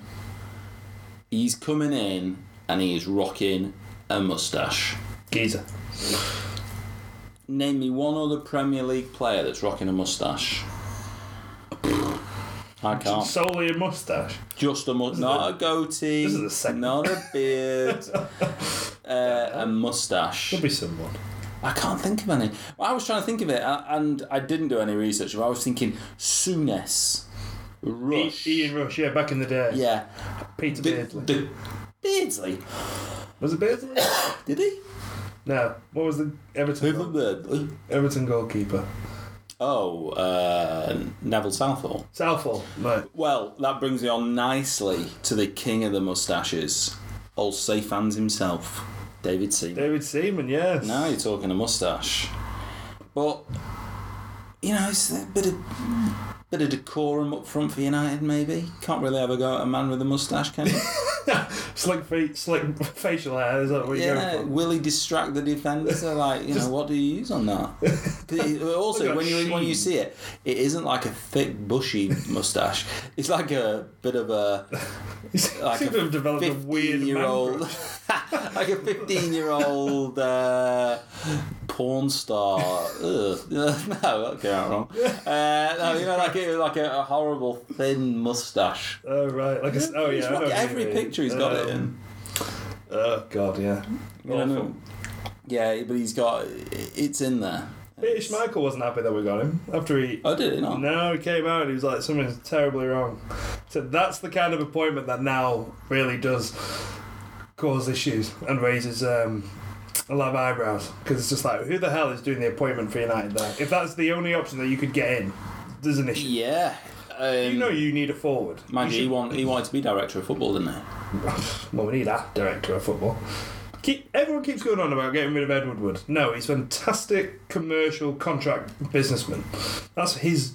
Speaker 2: He's coming in and he is rocking a mustache.
Speaker 3: Giza.
Speaker 2: Name me one other Premier League player that's rocking a mustache. I
Speaker 4: oh.
Speaker 2: can't.
Speaker 3: Solely a mustache.
Speaker 2: Just a mustache. Not a goatee.
Speaker 3: this is a segment.
Speaker 2: Not a beard. uh, a mustache.
Speaker 3: Could be someone.
Speaker 2: I can't think of any. I was trying to think of it, a- and I didn't do any research. But I was thinking Souness,
Speaker 3: I-
Speaker 2: Rush.
Speaker 3: Ian Rush, yeah, back in the day.
Speaker 2: yeah,
Speaker 3: Peter Beardsley.
Speaker 2: the Beardsley.
Speaker 3: was it Beardsley?
Speaker 2: Did he?
Speaker 3: no. What was the Everton
Speaker 2: Who
Speaker 3: goal-
Speaker 2: Beardsley?
Speaker 3: Everton goalkeeper?
Speaker 2: Oh, uh, Neville Southall.
Speaker 3: Southall. Right.
Speaker 2: Well, that brings me on nicely to the king of the mustaches, old safe fans himself, David Seaman.
Speaker 3: David Seaman, yes.
Speaker 2: Now you're talking a mustache. But you know, it's a bit of bit of decorum up front for United. Maybe can't really have a go at a man with a mustache, can you?
Speaker 3: Slick feet, slick facial hair, is that what you're
Speaker 2: yeah,
Speaker 3: going
Speaker 2: will he distract the defenders? They're like, you know, what do you use on that? 'Cause it- uh,
Speaker 3: Look
Speaker 2: also,
Speaker 3: at
Speaker 2: when you when you
Speaker 3: Sheen.
Speaker 2: see it, it isn't like a thick, bushy mustache. It's like a bit of a
Speaker 3: for?
Speaker 2: like
Speaker 3: you seem to have
Speaker 2: a
Speaker 3: developed a weird man
Speaker 2: fifteen-year-old,
Speaker 3: crush.
Speaker 2: like a fifteen-year-old uh, porn star. Ugh. No, that came out wrong. Uh, no, you know, like a, like a, a horrible thin mustache.
Speaker 3: Oh, right. Like a, s- oh, yeah. I know what you
Speaker 2: every
Speaker 3: mean.
Speaker 2: picture he's got it
Speaker 3: Um,
Speaker 2: in.
Speaker 3: Oh, God, yeah.
Speaker 2: You know,
Speaker 3: Awful.
Speaker 2: yeah, but he's got it's in there.
Speaker 3: British Michael wasn't happy that we got him after he.
Speaker 2: Oh, did it not?
Speaker 3: No, he came out and he was like, something's terribly wrong. So that's the kind of appointment that now really does cause issues and raises um, a lot of eyebrows. Because it's just like, who the hell is doing the appointment for United there? If that's the only option that you could get in, there's an issue.
Speaker 2: Yeah. Um,
Speaker 3: You know you need a forward.
Speaker 2: mind you, he, want, he wanted to be director of football, didn't he?
Speaker 3: Well, we need that director of football. Keep, everyone keeps going on about getting rid of Edward Wood. No, he's a fantastic commercial contract businessman. That's his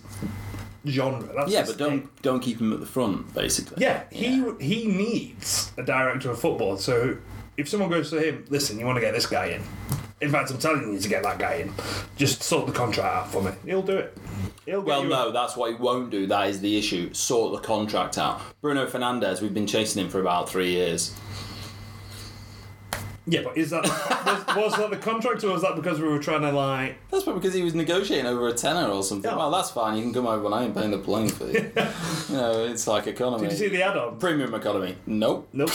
Speaker 3: genre. That's
Speaker 2: Yeah,
Speaker 3: his
Speaker 2: but
Speaker 3: thing.
Speaker 2: don't don't keep him at the front, basically.
Speaker 3: Yeah, he he needs a director of football. So if someone goes to him, listen, you want to get this guy in. In fact, I'm telling you to get that guy in. Just sort the contract out for me. He'll do it. He'll get
Speaker 2: Well,
Speaker 3: you
Speaker 2: no, that's what he won't do. That is the issue. Sort the contract out. Bruno Fernandez, we've been chasing him for about three years.
Speaker 3: Yeah, but is that was, was that the contract or was that because we were trying to like?
Speaker 2: That's probably because he was negotiating over a tenner or something.
Speaker 3: Yeah.
Speaker 2: Well, that's fine. You can come over when I ain't paying the playing fee. you know, it's like economy.
Speaker 3: Did you see the add-on?
Speaker 2: Premium economy. Nope.
Speaker 3: Nope.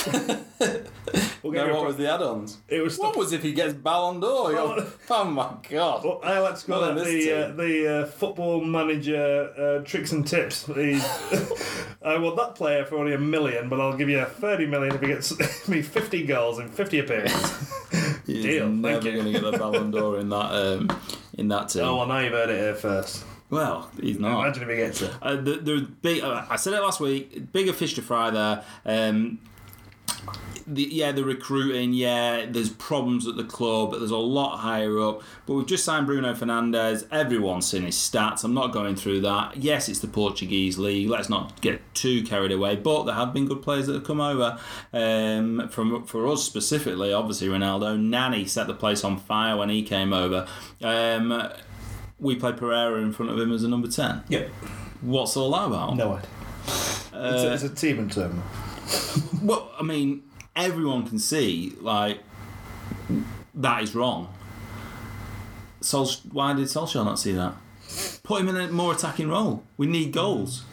Speaker 3: We'll
Speaker 2: No,
Speaker 3: get you a
Speaker 2: what
Speaker 3: pro-
Speaker 2: was the add-ons?
Speaker 3: It was
Speaker 2: What
Speaker 3: stuff-
Speaker 2: was if he gets Ballon d'Or? You're- Oh my god.
Speaker 3: Well, I like to call
Speaker 2: Well,
Speaker 3: that
Speaker 2: this
Speaker 3: the uh,
Speaker 2: team.
Speaker 3: the uh, football manager uh, tricks and tips. The- I want that player for only a million, but I'll give you thirty million if he gets me fifty goals in fifty appearances.
Speaker 2: He's
Speaker 3: Deal, thank
Speaker 4: Never
Speaker 3: you.
Speaker 4: going to get the Ballon d'Or in that um, in that team.
Speaker 3: oh well, now you've heard it here first.
Speaker 4: Well, he's not.
Speaker 3: Imagine if he gets it.
Speaker 4: Uh, the, the big, uh, I said it last week. Bigger fish to fry there. Um, the, yeah, the recruiting. Yeah, there's problems at the club. There's a lot higher up. But we've just signed Bruno Fernandes. Everyone's seen his stats. I'm not going through that. Yes, it's the Portuguese league. Let's not get too carried away. But there have been good players that have come over. Um, from for us specifically, obviously Ronaldo. Nani set the place on fire when he came over. Um, we played Pereira in front of him as a number ten.
Speaker 3: Yep.
Speaker 4: What's all that about?
Speaker 3: No idea. it's, a, it's a team in term.
Speaker 4: Well, I mean, everyone can see like that is wrong.
Speaker 2: Solsk- why did Solskjaer not see that? Put him in a more attacking role. We need goals.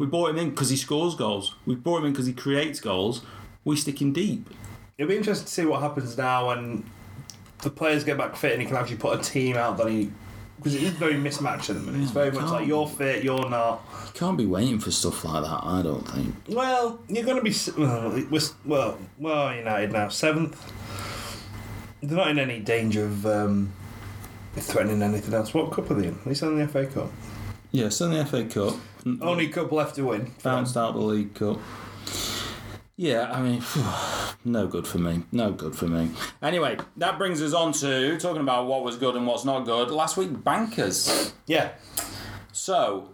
Speaker 2: We brought him in because he scores goals. We brought him in because he creates goals. We stick him deep.
Speaker 3: It'll be interesting to see what happens now when the players get back fit and he can actually put a team out that he. Because it is very mismatched at the minute. It's very much like you're fit, you're not.
Speaker 5: You can't be waiting for stuff like that, I don't think.
Speaker 3: Well, you're going to be. s- Well, it was- well, well, United now seventh. They're not in any danger of um, threatening anything else. What cup are they in? Are they still in the FA Cup?
Speaker 2: Yeah, still in the FA Cup.
Speaker 3: Mm, Only cup left to win.
Speaker 2: Bounced out the League Cup. Yeah, I mean, no good for me. No good for me. Anyway, that brings us on to talking about what was good and what's not good. Last week, bankers.
Speaker 3: Yeah,
Speaker 2: So,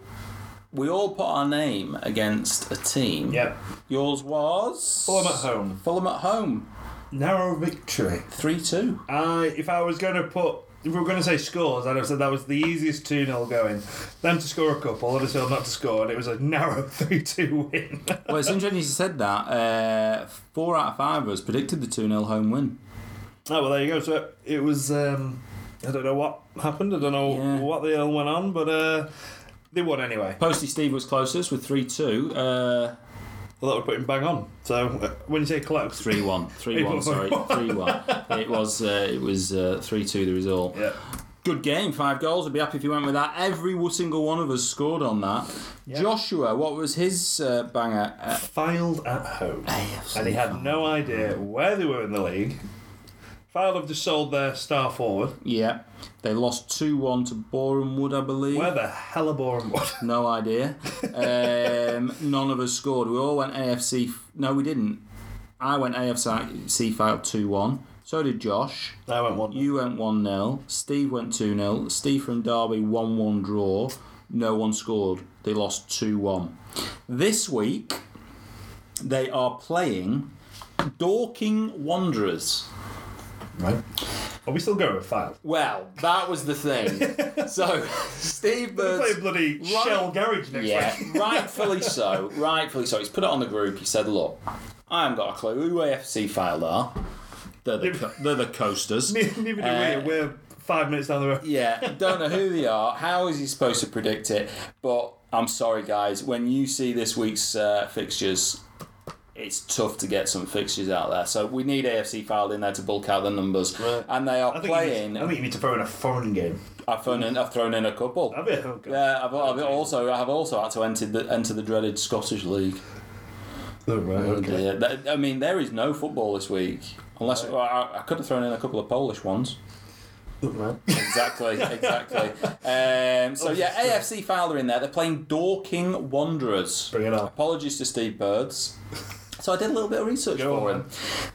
Speaker 2: we all put our name against a team.
Speaker 3: yeah.
Speaker 2: Yours was
Speaker 3: Fulham at home.
Speaker 2: Fulham at home,
Speaker 3: Narrow victory.
Speaker 2: three two.
Speaker 3: I, if I was going to put, if we were going to say scores, I'd have said that was the easiest 2 0 going. Them to score a couple, Huddersfield not to score, and it was a narrow 3 2 win.
Speaker 2: Well, it's interesting you said that. Uh, four out of five of us predicted the two 0 home win.
Speaker 3: oh, well, there you go. So it was, um, I don't know what happened, I don't know
Speaker 2: Yeah.
Speaker 3: what the hell went on, but uh, they won anyway.
Speaker 2: Posty Steve was closest with three two. Uh,
Speaker 3: Well, that would put him bang on. So uh, when you say close,
Speaker 2: Three one, three one. sorry, three one. It was uh, it was uh, three two. The result.
Speaker 3: Yeah.
Speaker 2: Good game, five goals. I'd be happy if you went with that. Every single one of us scored on that. Joshua, what was his uh, banger? Uh,
Speaker 3: Filed at home. And he had no idea where they were in the league. Filed have just sold their star forward.
Speaker 2: yeah, they lost two one to Boreham Wood, I believe.
Speaker 3: Where the hell are Boreham?
Speaker 2: No idea. Um, none of us scored. We all went AFC. f- No, we didn't. I went AFC fight 2 1. So did Josh.
Speaker 3: I went one.
Speaker 2: You went 1 0. Steve went 2 0. Steve from Derby 1 1 draw. No one scored. They lost 2 1. This week, they are playing Dorking Wanderers.
Speaker 3: Right. Are we still going with File?
Speaker 5: Well, that was the thing. so, Steve
Speaker 3: Play
Speaker 5: Bird's
Speaker 3: bloody Shell Garage next
Speaker 5: Yeah,
Speaker 3: week.
Speaker 5: rightfully so. Rightfully so. He's put it on the group. He said, "Look, I haven't got a clue who AFC filed are.
Speaker 2: They're the, co- they're the coasters.
Speaker 3: Neither do
Speaker 5: Uh,
Speaker 3: we. We're five minutes down the road.
Speaker 5: Yeah, don't know who they are. How is he supposed to predict it? But I'm sorry, guys. When you see this week's uh, fixtures." It's tough to get some fixtures out there, so we need AFC filed in there to bulk out the numbers.
Speaker 3: Right.
Speaker 5: And they are
Speaker 3: I think, you
Speaker 5: playing.
Speaker 3: need, I think you need to throw in a foreign game.
Speaker 5: I've thrown in. I've thrown in a couple.
Speaker 3: Have you? Oh, God.
Speaker 5: Yeah, I've, I've also I've also had to enter the enter the dreaded Scottish league.
Speaker 3: Oh, right, okay.
Speaker 5: Yeah, that- I mean, there is no football this week. Unless well, I, I could have thrown in a couple of Polish ones.
Speaker 3: Oh, right.
Speaker 5: Exactly, exactly. Um, so yeah,
Speaker 3: Oh,
Speaker 5: AFC Fowler in there. They're playing Dorking Wanderers.
Speaker 3: Bring it on.
Speaker 5: Apologies to Steve Birds. So I did a little bit of research
Speaker 3: Go
Speaker 5: for
Speaker 3: on,
Speaker 5: him.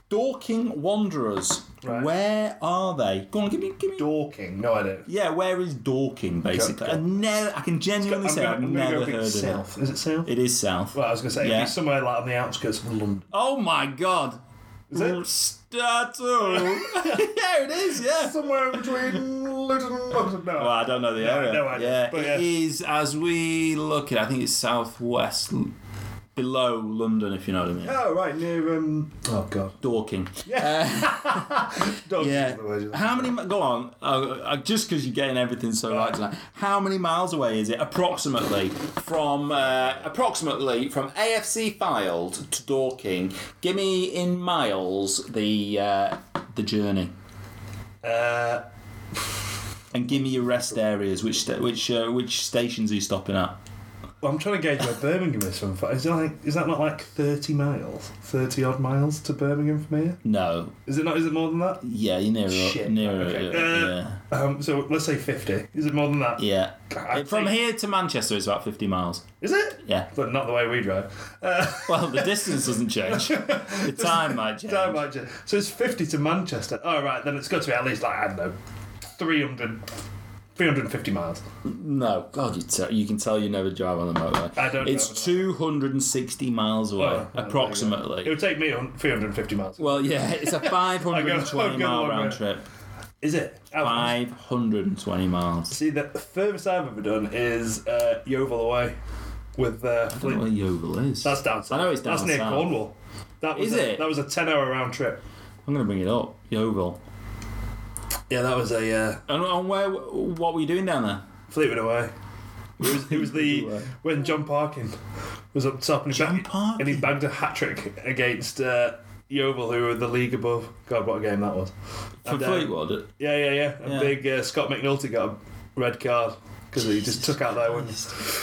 Speaker 5: Dorking Wanderers.
Speaker 3: Right.
Speaker 2: Where are they? Go on, give me. Give me
Speaker 3: Dorking. No idea.
Speaker 2: yeah, where is Dorking, basically?
Speaker 3: Go- go.
Speaker 2: I, never, I can genuinely say I've never
Speaker 3: big
Speaker 2: heard of it.
Speaker 3: south. Is it south?
Speaker 2: It is South.
Speaker 3: well, I was going to say,
Speaker 2: Yeah.
Speaker 3: it'd be somewhere like on the outskirts of London.
Speaker 2: Oh my god.
Speaker 3: Is it?
Speaker 2: Stato. yeah, it is, yeah.
Speaker 3: Somewhere between Luton and London. No.
Speaker 2: Well, I don't know the area.
Speaker 3: no idea,
Speaker 2: yeah,
Speaker 3: but
Speaker 2: it is as we look at. I think it's southwest, l- below London, if you know what I mean.
Speaker 3: Oh, right, near. um. Oh, God.
Speaker 2: Dorking.
Speaker 3: Dorking
Speaker 2: Yeah.
Speaker 3: is the word you're looking
Speaker 2: How
Speaker 3: for.
Speaker 2: many? mi- Go on. Uh, uh, just because you're getting everything so right tonight. How many miles away is it, approximately,
Speaker 5: From uh, approximately from AFC filed to Dorking. Give me in miles the uh,
Speaker 2: the journey?
Speaker 3: Uh,
Speaker 2: And give me your rest areas. Which sta- which uh, which stations are you stopping at?
Speaker 3: Well, I'm trying to gauge where Birmingham is from. Is it like is that not like thirty miles, thirty odd miles to Birmingham from here?
Speaker 2: No.
Speaker 3: Is it not? Is it more than that?
Speaker 2: Yeah, you're nearer.
Speaker 3: Shit.
Speaker 2: Nearer.
Speaker 3: Okay.
Speaker 2: uh,
Speaker 3: Uh, Um, so let's say fifty. Is it more than that?
Speaker 2: yeah. Yeah.
Speaker 3: I'd
Speaker 2: From
Speaker 3: say-
Speaker 2: here to Manchester, it's about 50 miles.
Speaker 3: Is it?
Speaker 2: Yeah.
Speaker 3: But not the way we drive. Uh,
Speaker 2: Well, the distance doesn't change. The time might change.
Speaker 3: down by Jan- so it's fifty to Manchester. All right, then it's got to be at least like I don't know, 300, 350 miles.
Speaker 2: No, God, you, tell you can tell you never drive on the motorway.
Speaker 3: I don't
Speaker 2: It's
Speaker 3: drive
Speaker 2: 260 miles away,
Speaker 3: Oh, right, It
Speaker 2: approximately.
Speaker 3: would take me on three hundred and fifty miles.
Speaker 2: Well, yeah, it's a
Speaker 3: I
Speaker 2: 520
Speaker 3: go
Speaker 2: mile
Speaker 3: along
Speaker 2: round
Speaker 3: with
Speaker 2: trip.
Speaker 3: Is it? How-
Speaker 2: 520 miles.
Speaker 3: See, the furthest I've ever done is uh, Yeovil away with
Speaker 2: I
Speaker 3: uh,
Speaker 2: don't know
Speaker 3: Fleet
Speaker 2: where Yeovil is.
Speaker 3: That's down south.
Speaker 2: I know it's down
Speaker 3: That's near
Speaker 2: south.
Speaker 3: Cornwall. That was
Speaker 2: Is
Speaker 3: a,
Speaker 2: it?
Speaker 3: That was a ten-hour round trip.
Speaker 2: I'm going to bring it up. Yeovil.
Speaker 3: Yeah, that was a uh,
Speaker 6: And, and where, what were you doing down there?
Speaker 3: Fleetwood away. It was, it was the when John Parkin was up top and he,
Speaker 6: John
Speaker 3: bagged, and he
Speaker 6: Parkin?
Speaker 3: bagged a hat trick against uh, Yeovil, who were the league above. God, what a game that was!
Speaker 6: For
Speaker 3: And, uh,
Speaker 6: Fleetwood?
Speaker 3: Yeah, yeah, yeah. A
Speaker 6: Yeah.
Speaker 3: big uh, Scott McNulty got a red card because he just took out their win.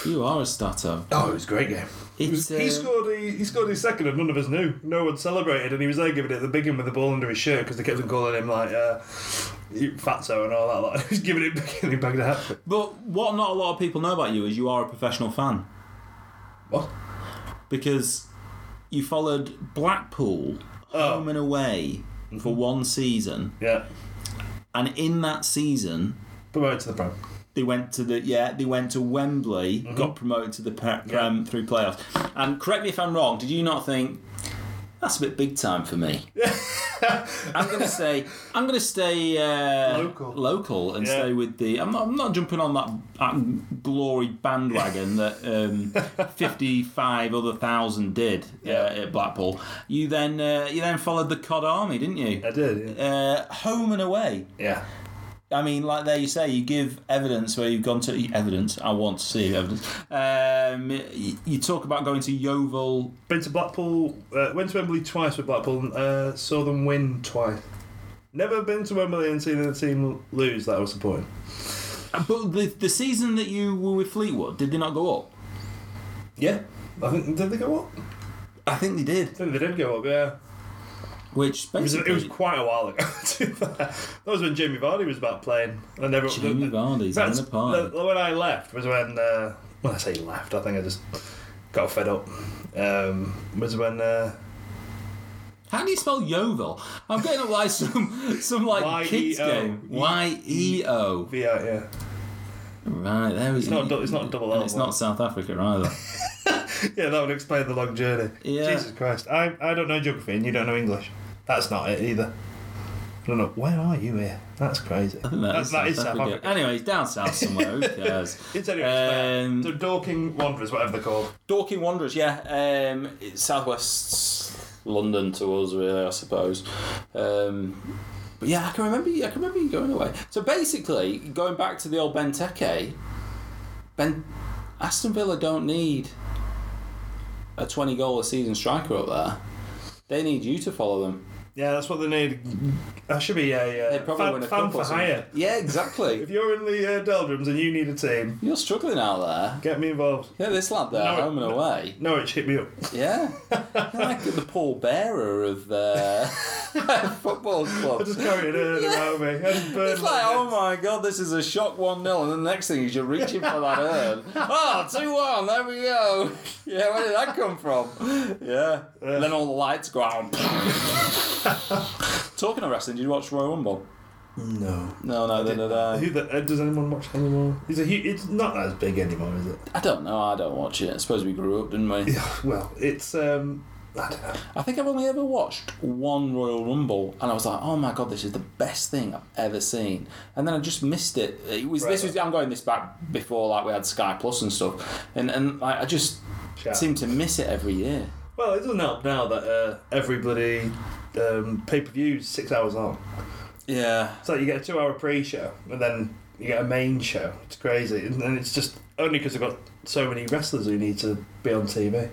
Speaker 6: You are a stato.
Speaker 3: Oh, it was a great game. It was-
Speaker 2: It's,
Speaker 3: he
Speaker 2: uh,
Speaker 3: scored. He, he scored his second, and none of us knew. No one celebrated, and he was there giving it the big one with the ball under his shirt because they kept on calling him like uh, you fatso and all that. Like, he was giving it big, and he bagged a hat trick.
Speaker 6: But what not a lot of people know about you is you are a professional fan
Speaker 3: What?
Speaker 6: because you followed Blackpool
Speaker 3: Oh.
Speaker 6: home and away for one season,
Speaker 3: Yeah.
Speaker 6: and in that season
Speaker 3: Promoted to the prem.
Speaker 6: They went to the yeah. They went to Wembley, got promoted to the pre- Prem through playoffs. And correct me if I'm wrong. Did you not think
Speaker 2: That's a bit big time for me.
Speaker 6: I'm going to say I'm going to stay uh,
Speaker 3: Local.
Speaker 6: local, and
Speaker 3: Yeah.
Speaker 6: stay with the. I'm not, I'm not jumping on that, that glory bandwagon that um, 55 other thousand did uh, at Blackpool. You then uh, you then followed the Cod Army, didn't you?
Speaker 3: I did. Yeah.
Speaker 6: Uh, home and away.
Speaker 3: yeah.
Speaker 6: I mean, like there you say, you give evidence where you've gone to evidence. I want to see evidence. Um, y- you talk about going to Yeovil.
Speaker 3: Been to Blackpool. Uh, went to Wembley twice with Blackpool. Uh, saw them win twice. Never been to Wembley and seen a team lose that I was supporting.
Speaker 6: But the the season that you were with Fleetwood, did they not go up?
Speaker 3: Yeah. I think did they go up? I
Speaker 6: I think they did.
Speaker 3: think they did go up. Yeah.
Speaker 6: Which
Speaker 3: It was,
Speaker 6: basically
Speaker 3: it was quite a while ago. to be fair. that was when Jamie Vardy was back playing, and everyone.
Speaker 6: Jamie Vardy's having a party.
Speaker 3: when I left was when uh, when I say left, I think I just got fed up. Um, was when uh,
Speaker 6: How do you spell Yeovil? I'm getting up like some some like kids
Speaker 3: Y E O.
Speaker 6: game. Y E O.
Speaker 3: V out yeah.
Speaker 6: Right there was. It's
Speaker 3: not du- it's not double L,
Speaker 6: And it's not
Speaker 3: was
Speaker 6: South Africa either.
Speaker 3: Yeah, that would explain the long journey.
Speaker 6: Yeah.
Speaker 3: Jesus Christ, I I don't know geography, and you don't know English. That's not it either. I don't know. Where are you here? That's crazy. That's, that is South Africa.
Speaker 6: Anyway, it's down south somewhere. Who cares?
Speaker 3: It's anyway.
Speaker 6: Um,
Speaker 3: the Dorking Wanderers, whatever they're called.
Speaker 2: Dorking Wanderers, yeah, um, it's southwest London to us, really, I suppose. Um, but yeah, I can remember. you- I can remember you going away. So basically, going back to the old Benteke, Ben Aston Villa don't need a twenty goal a season striker up there. They need you to follow them.
Speaker 3: Yeah, that's what they need. That should be a
Speaker 2: They
Speaker 3: uh,
Speaker 2: probably
Speaker 3: fan,
Speaker 2: win a
Speaker 3: fan
Speaker 2: cup
Speaker 3: for
Speaker 2: or something.
Speaker 3: hire.
Speaker 2: Yeah, exactly.
Speaker 3: If you're in the uh, doldrums and you need a team,
Speaker 2: You're struggling out there.
Speaker 3: get me involved.
Speaker 2: Yeah, this lad there,
Speaker 3: No,
Speaker 2: home and
Speaker 3: no.
Speaker 2: away.
Speaker 3: Norwich, hit me up.
Speaker 2: Yeah, You're like the Paul Bearer of uh, football club.
Speaker 3: I just carried it around me. And burn
Speaker 2: It's like, oh my god, this is a shock 1 0. And the next thing is you're reaching for that urn. Oh, 2 1, there we go. Yeah, where did that come from? Yeah. And then all the lights go out. Talking of wrestling, did you watch Royal Rumble?
Speaker 3: no.
Speaker 2: No, no, no, no, no.
Speaker 3: Who the, uh, does anyone watch anymore? It's, a, hu- it's not as big anymore, is it?
Speaker 2: I don't know, I don't watch it. I suppose we grew up, didn't we?
Speaker 3: Yeah, Well, it's. um I don't know.
Speaker 2: I think I've only ever watched one Royal Rumble, and I was like, "Oh my god, this is the best thing I've ever seen." And then I just missed it. It was this
Speaker 3: Right.
Speaker 2: was I'm going this back before like we had Sky Plus and stuff, and and like, I just
Speaker 3: Shout.
Speaker 2: seem to miss it every year.
Speaker 3: Well, it doesn't help now that uh, every bloody um, pay per view's six hours long.
Speaker 2: Yeah,
Speaker 3: It's like you get a two hour pre show and then you get a main show. It's crazy. And then it's just only because I've got so many wrestlers who need to be on TV.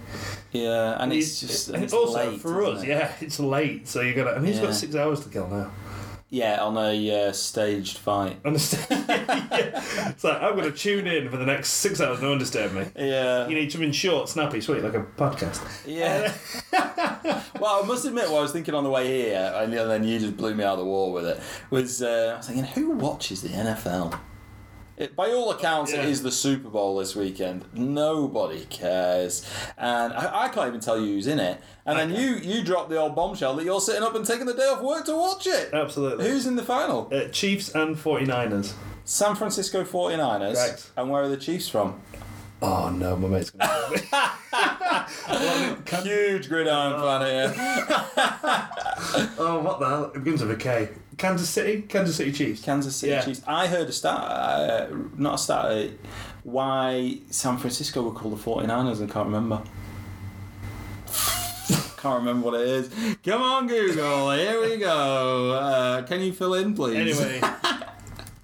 Speaker 2: yeah, and it's just and
Speaker 3: and
Speaker 2: it's
Speaker 3: also
Speaker 2: late,
Speaker 3: for
Speaker 2: isn't
Speaker 3: us,
Speaker 2: it?
Speaker 3: yeah, it's late. So you got to. I mean, he's
Speaker 2: Yeah.
Speaker 3: got six hours to kill now.
Speaker 2: yeah, on a uh, staged fight.
Speaker 3: Understand? yeah. It's like I'm going to tune in for the next six hours. No one disturb me. You
Speaker 2: Yeah,
Speaker 3: need something short, snappy, sweet, like a podcast.
Speaker 2: yeah. well, I must admit, what I was thinking on the way here, and then you just blew me out of the wall with it. Was uh, I was thinking, who watches the NFL? It, by all accounts,
Speaker 3: Yeah.
Speaker 2: it is the Super Bowl this weekend. Nobody cares, and I, I can't even tell you who's in it. And then you you drop the old bombshell that you're sitting up and taking the day off work to watch it.
Speaker 3: Absolutely.
Speaker 2: Who's in the final?
Speaker 3: Uh, Chiefs and 49ers.
Speaker 2: San Francisco 49ers.
Speaker 3: Correct.
Speaker 2: And where are the Chiefs from?
Speaker 3: Oh no, my mate's going to
Speaker 2: Huge gridiron fan here.
Speaker 3: Oh, what the hell? It begins with a K. Kansas City? Kansas City Chiefs.
Speaker 2: Kansas City
Speaker 3: Yeah.
Speaker 2: Chiefs. I heard a stat, uh, not a stat, uh, why San Francisco were called the 49ers. I can't remember. can't remember what it is. Come on, Google. Here we go. Uh, can you fill in, please?
Speaker 3: Anyway,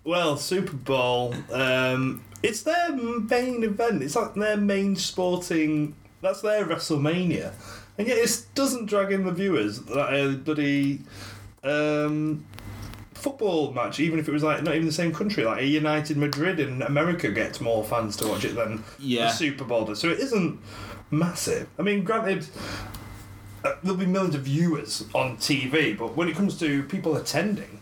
Speaker 3: Well, Super Bowl. Um, it's their main event. It's like their main sporting. That's their WrestleMania, and yet it doesn't drag in the viewers. That uh, bloody um, football match, even if it was like not even the same country, like a United Madrid in America gets more fans to watch it than
Speaker 2: Yeah.
Speaker 3: the Super Bowl does. So it isn't massive. I mean, granted, uh, there'll be millions of viewers on TV, but when it comes to people attending,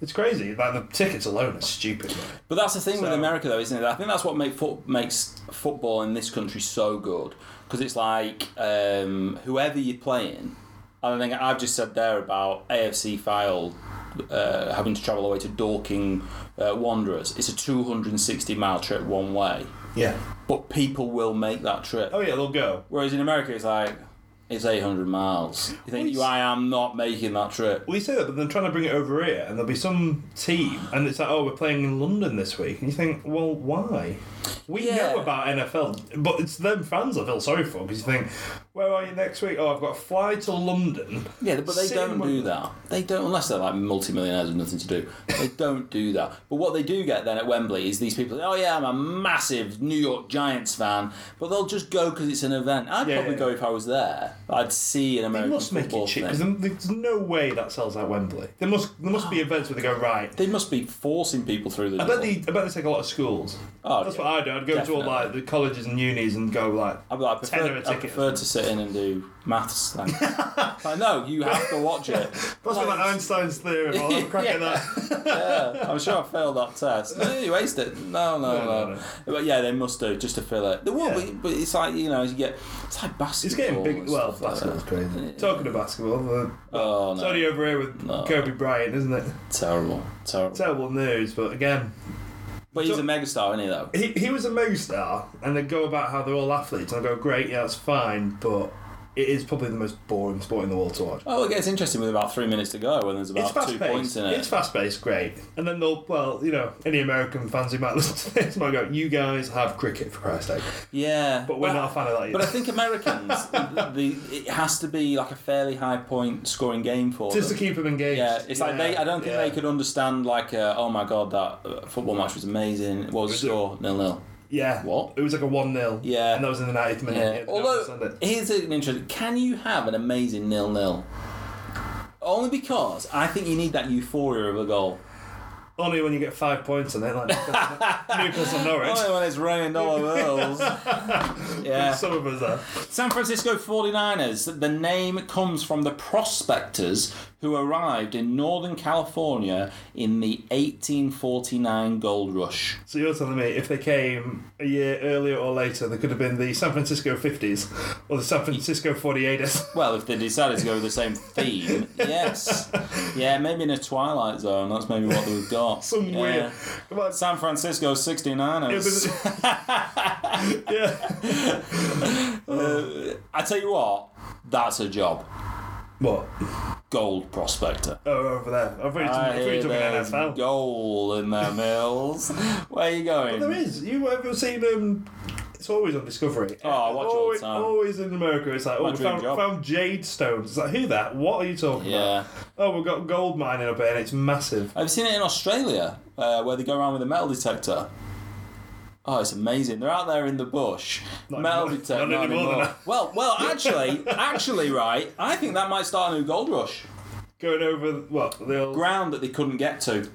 Speaker 3: it's crazy. Like the tickets alone are stupid. Right?
Speaker 2: But that's the thing with
Speaker 3: So-
Speaker 2: America, though, isn't it? I think that's what make foot makes football in this country so good because it's like um, whoever you're playing. And I think I've just said there about AFC file uh, having to travel away to Dorking uh, Wanderers. It's a 260 mile trip one way,
Speaker 3: Yeah.
Speaker 2: but people will make that trip.
Speaker 3: Oh yeah, they'll go.
Speaker 2: Whereas in America, it's like it's 800 miles. You think you, I am not making that trip.
Speaker 3: Well, you say that, but then trying to bring it over here, and there'll be some team, and it's like, oh, we're playing in London this week, and you think, well, why? We
Speaker 2: Yeah.
Speaker 3: know about NFL, but it's them fans I feel sorry for because you think, where are you next week? Oh, I've got to fly to London.
Speaker 2: Yeah, but they
Speaker 3: Sit
Speaker 2: don't
Speaker 3: in
Speaker 2: do
Speaker 3: London.
Speaker 2: that. They don't, unless they're like multimillionaires with nothing to do. They don't do that. But what they do get then at Wembley is these people. Oh yeah, I'm a massive New York Giants fan, but they'll just go because it's an event. I'd
Speaker 3: Yeah,
Speaker 2: probably
Speaker 3: yeah.
Speaker 2: go if I was there. I'd see an
Speaker 3: They
Speaker 2: American
Speaker 3: must make
Speaker 2: football
Speaker 3: it cheap
Speaker 2: thing.
Speaker 3: because there's no way that sells out Wembley. There must there
Speaker 2: Ah.
Speaker 3: must be events where they go right.
Speaker 2: They must be forcing people through the.
Speaker 3: I bet they I bet they take a lot of schools.
Speaker 2: Oh,
Speaker 3: That's
Speaker 2: yeah.
Speaker 3: what I do. I'd go to all
Speaker 2: Definitely.
Speaker 3: like the colleges and unis and go like
Speaker 2: I'd be like, I
Speaker 3: tenner
Speaker 2: prefer,
Speaker 3: a
Speaker 2: I
Speaker 3: ticket.
Speaker 2: prefer to sit in and do maths. Then. I know you have to watch it.
Speaker 3: Must be like "Oh, Einstein's theorem. I'll have a crack at that.
Speaker 2: yeah, I'm sure I failed that test. No, you aced it. No, no, no.
Speaker 3: No, no, no.
Speaker 2: But yeah, they must do just to fill it. There will
Speaker 3: Yeah.
Speaker 2: be, but it's like you know, you get it's like basketball.
Speaker 3: It's getting big.
Speaker 2: and
Speaker 3: Well,
Speaker 2: stuff like
Speaker 3: basketball's
Speaker 2: that.
Speaker 3: crazy. Talking of basketball, the,
Speaker 2: Oh
Speaker 3: it's
Speaker 2: no!
Speaker 3: only over here with
Speaker 2: No.
Speaker 3: Kobe Bryant, isn't it?
Speaker 2: Terrible, terrible.
Speaker 3: Terrible news, but again,
Speaker 2: but he's
Speaker 3: So-
Speaker 2: a megastar, isn't he? Though.
Speaker 3: he, he was a megastar, and they go about how they're all athletes, and I go, great, yeah, that's fine, but it is probably the most boring sport in the world to watch.
Speaker 2: Oh, it gets interesting with about three minutes to go when there's
Speaker 3: It's
Speaker 2: about
Speaker 3: fast
Speaker 2: two points
Speaker 3: paced.
Speaker 2: in it.
Speaker 3: It's fast paced, great. And then they'll, well, you know, any American fans who might listen to this might go, you guys have cricket, for Christ's sake.
Speaker 2: yeah,
Speaker 3: But we're not a fan of that
Speaker 2: But I
Speaker 3: yet.
Speaker 2: think Americans, the, it has to be like a fairly high point scoring game for
Speaker 3: Just to
Speaker 2: them.
Speaker 3: keep them engaged.
Speaker 2: Yeah, it's like they. I don't think
Speaker 3: yeah.
Speaker 2: they could understand like, uh, oh my god, that uh, football match was amazing. What was the
Speaker 3: Was it-
Speaker 2: score? Nil nil.
Speaker 3: Yeah.
Speaker 2: What?
Speaker 3: It was like a 1 0.
Speaker 2: Yeah.
Speaker 3: And that was in the 90th minute.
Speaker 2: Yeah.
Speaker 3: Yeah, they don't
Speaker 2: Although
Speaker 3: understand it.
Speaker 2: here's an interesting. Can you have an amazing nil nil? Only because I think you need that euphoria of a goal.
Speaker 3: Only when you get five points and then, like, Newcastle Norwich.
Speaker 2: Only Oh, when it's raining dollar bills. yeah.
Speaker 3: Some of us are.
Speaker 2: San Francisco 49ers. The name comes from the prospectors who arrived in Northern California in the 1849 gold rush.
Speaker 3: So you're telling me if they came a year earlier or later, they could have been the San Francisco 50s or the San Francisco 48ers.
Speaker 2: Well, if they decided to go with the same theme, yes. Yeah, maybe in a Twilight Zone. That's maybe what they've got.
Speaker 3: Some
Speaker 2: yeah.
Speaker 3: weird. Come on.
Speaker 2: San Francisco 69ers.
Speaker 3: yeah.
Speaker 2: I tell you what, that's a job.
Speaker 3: What?
Speaker 2: Gold prospector.
Speaker 3: Oh, over there. I've already
Speaker 2: I
Speaker 3: talking,
Speaker 2: hear
Speaker 3: talking
Speaker 2: there's
Speaker 3: NFL.
Speaker 2: gold in their mills. Where are you going?
Speaker 3: There is. You ever seen um? It's always on Discovery.
Speaker 2: Oh, I watch it all the
Speaker 3: always,
Speaker 2: time.
Speaker 3: Always in America, it's like, oh,
Speaker 2: My
Speaker 3: we
Speaker 2: dream
Speaker 3: found,
Speaker 2: job.
Speaker 3: found jade stones. It's like, who that? What are you talking
Speaker 2: Yeah.
Speaker 3: about? Oh, we've got gold mining up here, and it's massive.
Speaker 2: I've seen it in Australia, uh, where they go around with a metal detector. Oh, it's amazing. They're out there in the bush. metal
Speaker 3: anymore.
Speaker 2: detector.
Speaker 3: Not anymore, no.
Speaker 2: Well, well, actually, actually, right. I think that might start a new gold rush.
Speaker 3: Going over what the old,
Speaker 2: Ground that they couldn't get to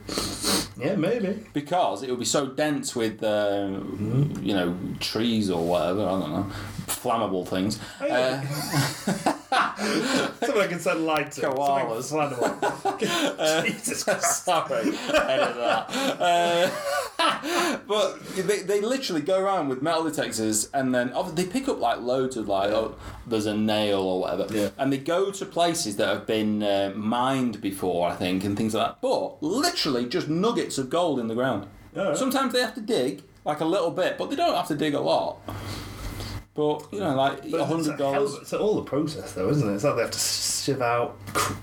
Speaker 3: yeah, maybe.
Speaker 2: because it would be so dense with, uh, you know, trees or whatever. I don't know, flammable things. Uh,
Speaker 3: Something I can set light to. Something
Speaker 2: Koalas.
Speaker 3: flammable. Jesus Christ.
Speaker 2: Sorry, edit that. Uh, but they, they literally go around with metal detectors and then obvi- they pick up like loads of like, oh, there's a nail or whatever.
Speaker 3: Yeah.
Speaker 2: And they go to places that have been uh, mined before, I think, and things like that. But literally just nuggets of gold in the ground.
Speaker 3: right.
Speaker 2: Sometimes they have to dig like a little bit, but they don't have to dig a lot. But, you know, like a
Speaker 3: It's
Speaker 2: $100.
Speaker 3: a hell of- It's all the process, though, isn't it? It's like they have to sieve out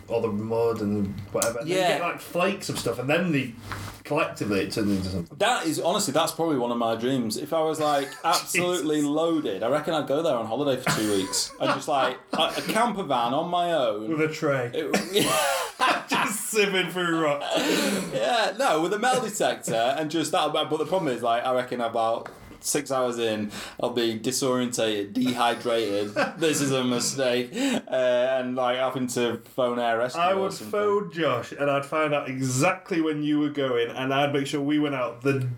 Speaker 3: all the mud and whatever. And
Speaker 2: Yeah.
Speaker 3: Then you get like flakes of stuff, and then they collectively it turns into something.
Speaker 2: That is honestly, that's probably one of my dreams. If I was like absolutely loaded, I reckon I'd go there on holiday for two weeks and just like a, a camper van on my own.
Speaker 3: With a tray.
Speaker 2: It-
Speaker 3: Just simming through rock.
Speaker 5: Yeah, no, with a metal detector and just that. But the problem is, like, I reckon about six hours in, I'll be disorientated, dehydrated. this is a mistake, uh, and like having to phone air rescue.
Speaker 3: I
Speaker 5: or
Speaker 3: would
Speaker 5: something.
Speaker 3: phone Josh and I'd find out exactly when you were going and I'd make sure we went out the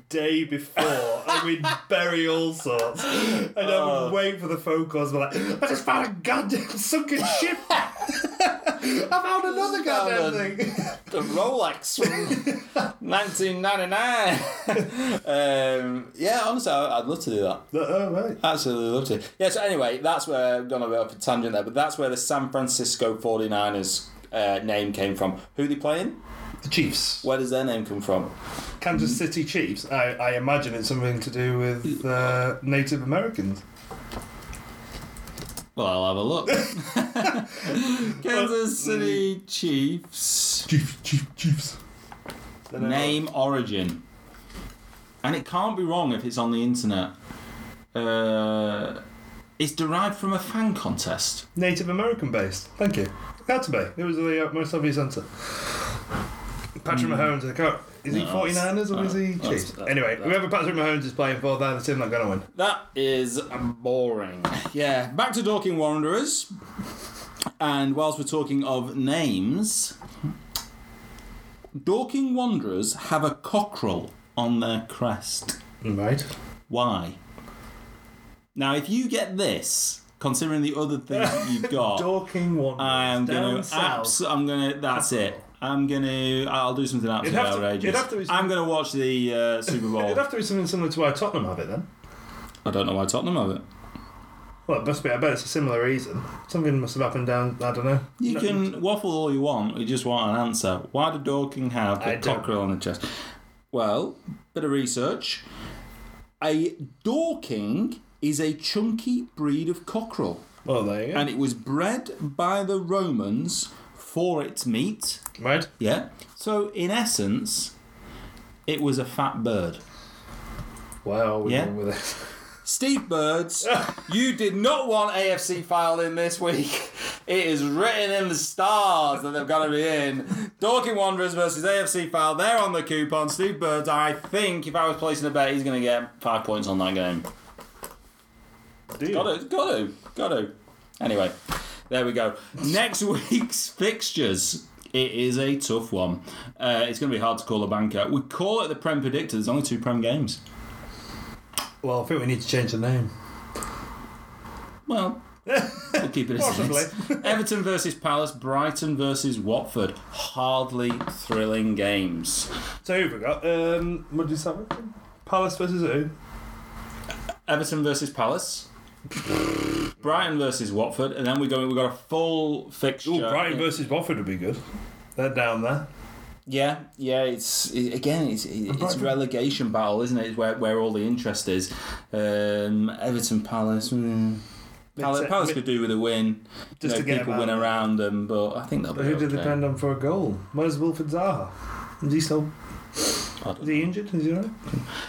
Speaker 3: day before and we'd bury all sorts. And
Speaker 5: Oh.
Speaker 3: I would wait for the phone calls and be like, I just found a goddamn sunken ship. I found another
Speaker 5: Just found
Speaker 3: goddamn
Speaker 5: a-
Speaker 3: thing.
Speaker 5: the Rolex from 1999. um, yeah, honestly, I, I'd love to do that.
Speaker 3: oh, right.
Speaker 5: Absolutely love to. Yeah, so anyway, that's where I've gone a bit off a tangent there, but that's where the San Francisco 49ers uh, name came from. Who they playing?
Speaker 3: The Chiefs.
Speaker 5: Where does their name come from? Mm-hmm.
Speaker 3: Kansas City Chiefs. I, I imagine it's something to do with uh, Native Americans.
Speaker 2: Well, I'll have a look. Kansas City Chiefs
Speaker 3: Chiefs, Chiefs, Chiefs. Then I-
Speaker 2: name origin, and it can't be wrong if it's on the internet. Uh, it's derived from a fan contest.
Speaker 3: Native American based. Thank you. Had to be. It was the uh, most obvious answer. Patrick Mahomes, I can't. Is he
Speaker 5: No,
Speaker 3: 49ers or is he
Speaker 5: that's-
Speaker 3: Chiefs?
Speaker 5: that's-
Speaker 3: anyway,
Speaker 5: that's-
Speaker 3: whoever Patrick Mahomes is playing for, they're the team that's going to win.
Speaker 5: That is boring.
Speaker 2: Yeah, back to Dorking Wanderers. And whilst we're talking of names, Dorking Wanderers have a cockerel on their crest.
Speaker 3: Right.
Speaker 2: Why? Now, if you get this, considering the other things that you've got,
Speaker 3: Dorking one.
Speaker 2: I am
Speaker 3: down
Speaker 2: gonna.
Speaker 3: south.
Speaker 2: Abs- I'm gonna. That's it. I'm gonna. I'll do something absolutely
Speaker 3: have to- it'd
Speaker 2: outrageous.
Speaker 3: have to be-
Speaker 2: I'm gonna watch the uh, Super Bowl.
Speaker 3: It'd have to be something similar to our Tottenham have it then.
Speaker 2: I don't know why Tottenham have it.
Speaker 3: Well, it must be. I bet it's a similar reason. Something must have happened down. I don't know.
Speaker 2: You can waffle all you want, you just want an answer. Why did Dorking have
Speaker 3: I
Speaker 2: the
Speaker 3: don't-
Speaker 2: cockerel on the chest? Well, bit of research. A Dorking is a chunky breed of cockerel,
Speaker 3: Well, there you go.
Speaker 2: and it was bred by the Romans for its meat.
Speaker 3: right.
Speaker 2: Yeah. So, in essence, it was a fat bird.
Speaker 3: Wow. We're
Speaker 2: Yeah.
Speaker 3: going with it.
Speaker 2: Steve Birds.
Speaker 5: You did not want AFC file in this week. It is written in the stars that they've got to be in. Dorking Wanderers versus AFC file. They're on the coupon. Steve Birds, I think if I was placing a bet, he's going to get five points on that game. Got to, got to, got to. Anyway, there we go.
Speaker 2: Next week's fixtures. It is a tough one. Uh, it's going to be hard to call a banker. We call it the Prem Predictor. There's only two Prem games.
Speaker 3: Well, I think we need to change the name.
Speaker 2: Well, we'll keep it as it is. Everton versus Palace, Brighton versus Watford. Hardly thrilling games.
Speaker 3: So who've we got? Um, what did you say? Palace versus who?
Speaker 2: Everton versus Palace. Brighton versus Watford, and then we go. We've got a full fixture.
Speaker 3: Ooh, Brighton versus Watford would be good. They're down there.
Speaker 2: Yeah, yeah. It's it, again, it's it, it's
Speaker 3: Oh, Brighton-
Speaker 2: relegation battle, isn't it? Where where all the interest is. Um, Everton Palace. mm. Palace,
Speaker 3: Mid-
Speaker 2: Palace
Speaker 3: mid-
Speaker 2: could do with a win.
Speaker 3: Just
Speaker 2: Just
Speaker 3: to get
Speaker 2: people
Speaker 3: them
Speaker 2: win
Speaker 3: out.
Speaker 2: around them, but I think they'll be
Speaker 3: But who do
Speaker 2: okay.
Speaker 3: they depend on for a goal? Where's Wilfred Zaha? Is he still?
Speaker 2: I don't
Speaker 3: Is he injured? Is he alright?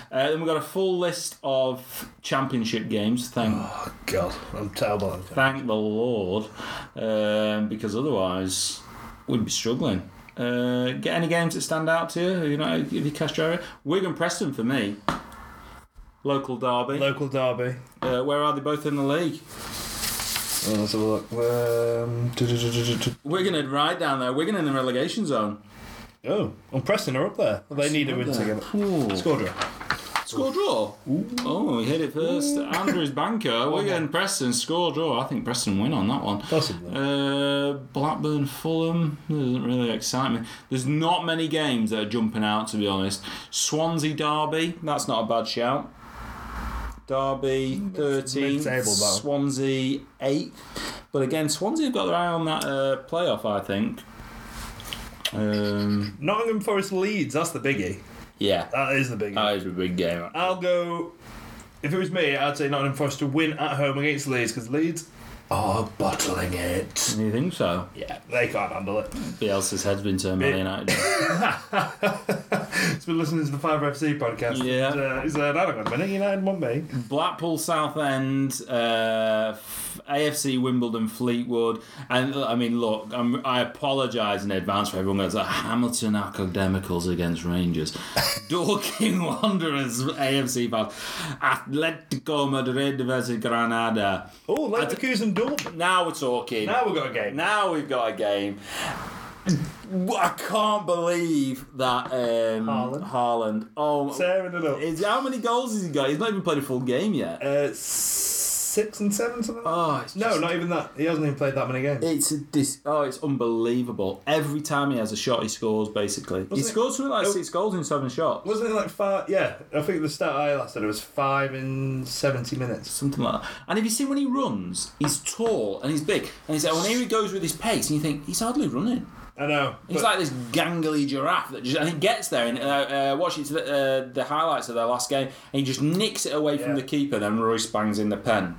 Speaker 2: Uh, then we've got a full list of championship games. Thank
Speaker 3: Oh God, I'm terrible.
Speaker 2: thank the Lord, um, because otherwise we'd be struggling. Uh, get any games that stand out to you? You know, if you cast your eye? Wigan Preston for me. Local derby.
Speaker 3: Local derby.
Speaker 2: Uh, where are they both in the league?
Speaker 3: Oh, let's have a look. Um, du- du- du- du- du- du-
Speaker 2: Wigan are right down there. Wigan in the relegation zone.
Speaker 3: oh, and Preston are up there. They need a win to get up.
Speaker 2: Ooh.
Speaker 3: Score draw.
Speaker 2: Score draw. Oh, he hit it first. Andrews Banker. Wigan Preston score draw. I think Preston win on that one.
Speaker 3: Possibly.
Speaker 2: Uh, Blackburn, Fulham doesn't really excite me. There's not many games that are jumping out, to be honest. Swansea Derby, that's not a bad shout. Derby 13th,
Speaker 3: mid-table battle.
Speaker 2: Swansea 8th. But again, Swansea have got their eye on that uh, playoff, I think. Um,
Speaker 3: Nottingham Forest Leeds. That's the biggie.
Speaker 2: yeah,
Speaker 3: That is the biggie.
Speaker 2: that is a big game.
Speaker 3: I'll go. If it was me, I'd say Nottingham Forest to win at home against Leeds because Leeds are bottling it.
Speaker 2: You think so?
Speaker 3: Yeah, they can't handle it.
Speaker 5: Bielsa's head's been turned by
Speaker 3: Bit-
Speaker 5: United.
Speaker 3: It's been listening to the Five FC podcast.
Speaker 2: Yeah.
Speaker 3: And, uh, he said, hang on a minute, United won me.
Speaker 2: Blackpool, Southend, uh, F- AFC Wimbledon, Fleetwood, and uh, I mean, look, I'm, I apologise in advance for everyone that's at Hamilton Academicals against Rangers, Dorking Wanderers, AFC fans, Atletico Madrid versus Granada.
Speaker 3: Oh, Leverkusen Dortmund.
Speaker 2: Now we're talking.
Speaker 3: Now we've got a game.
Speaker 2: Now we've got a game. I can't believe that um,
Speaker 3: Haaland.
Speaker 2: Haaland. Oh,
Speaker 3: Tearing it up.
Speaker 2: is, how many goals has he got? He's not even played a full game yet.
Speaker 3: Uh, six and seven, something like that?
Speaker 2: Oh, it's
Speaker 3: No,
Speaker 2: just-
Speaker 3: not even that. He hasn't even played that many games.
Speaker 2: It's a dis- oh, it's unbelievable. Every time he has a shot, he scores. Basically, he
Speaker 3: it-
Speaker 2: scores something like
Speaker 3: Oh.
Speaker 2: six goals in seven shots,
Speaker 3: Wasn't it like five? Yeah, I think the stat I last said it was five in seventy minutes.
Speaker 2: something like that. And have you seen when he runs? He's tall and he's big, and he's like, well, here he goes with his pace, and you think he's hardly running.
Speaker 3: I know.
Speaker 2: He's
Speaker 3: but
Speaker 2: like this gangly giraffe that just, and he gets there and uh, uh, watch it to the, uh, the highlights of their last game, and he just nicks it away
Speaker 3: Yeah.
Speaker 2: from the keeper. Then Royce bangs in the pen.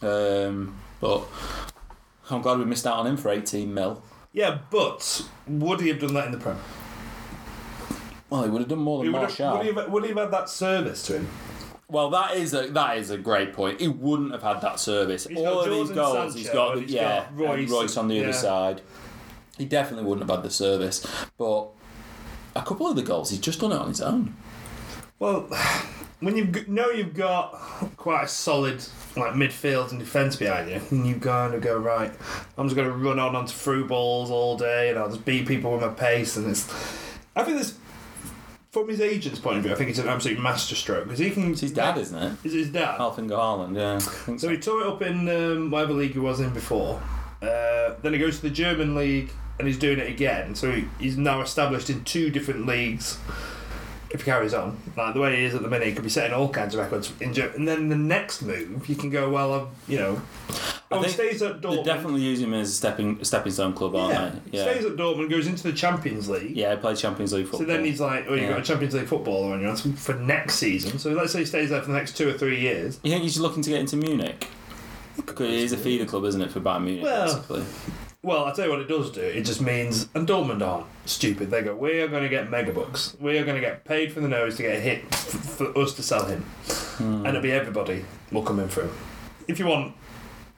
Speaker 2: Um, but I'm glad we missed out on him for 18 mil.
Speaker 3: yeah, but would he have done that in the Prem?
Speaker 2: Well, he would have done more
Speaker 3: He
Speaker 2: than
Speaker 3: would, have,
Speaker 2: Marshall.
Speaker 3: would, he have, would he have had that service to him?
Speaker 2: Well, that is a that is a great point. He wouldn't have had that service.
Speaker 3: He's
Speaker 2: All
Speaker 3: got
Speaker 2: of these
Speaker 3: Jordan
Speaker 2: goals,
Speaker 3: Sancho,
Speaker 2: he's got
Speaker 3: and he's
Speaker 2: yeah,
Speaker 3: got
Speaker 2: and
Speaker 3: Royce
Speaker 2: Royce, on the
Speaker 3: yeah.
Speaker 2: other side. He definitely wouldn't have had the service, but a couple of the goals he's just done it on his own.
Speaker 3: Well, when you g- know you've got quite a solid like midfield and defence behind you, and you kind of go right, I'm just going to run on onto through balls all day, and I'll just beat people with my pace, and it's. I think this, from his agent's point of view, I think it's an absolute masterstroke because he can.
Speaker 2: It's his dad, isn't it?
Speaker 3: Is his dad?
Speaker 2: Alfinger Haaland, yeah. I think
Speaker 3: So
Speaker 2: so.
Speaker 3: he tore it up in um, whatever league he was in before. Uh, then he goes to the German league and he's doing it again. So he, he's now established in two different leagues. If he carries on like the way he is at the minute, he could be setting all kinds of records. In Ger- and then the next move, you can go well. I've, you know, oh, he
Speaker 2: think
Speaker 3: stays at
Speaker 2: They
Speaker 3: Dortmund.
Speaker 2: definitely use him as a stepping a stepping stone club, aren't
Speaker 3: yeah,
Speaker 2: they?
Speaker 3: stays
Speaker 2: Yeah.
Speaker 3: at Dortmund, goes into the Champions League.
Speaker 2: Yeah, he played Champions League football.
Speaker 3: So then he's like, oh, you've
Speaker 2: Yeah.
Speaker 3: got a Champions League footballer on your hands for next season. So let's say he stays there for the next two or three years.
Speaker 2: You think he's looking to get into Munich? Because it is a feeder club, isn't it, for Bayern Munich,
Speaker 3: Well,
Speaker 2: basically.
Speaker 3: Well, I tell you what it does do. It just means, and Dortmund aren't stupid. They go, we are going to get mega bucks. We are going to get paid for the nose to get hit f- for us to sell him,
Speaker 2: Hmm.
Speaker 3: and it'll be everybody will come in through. If you want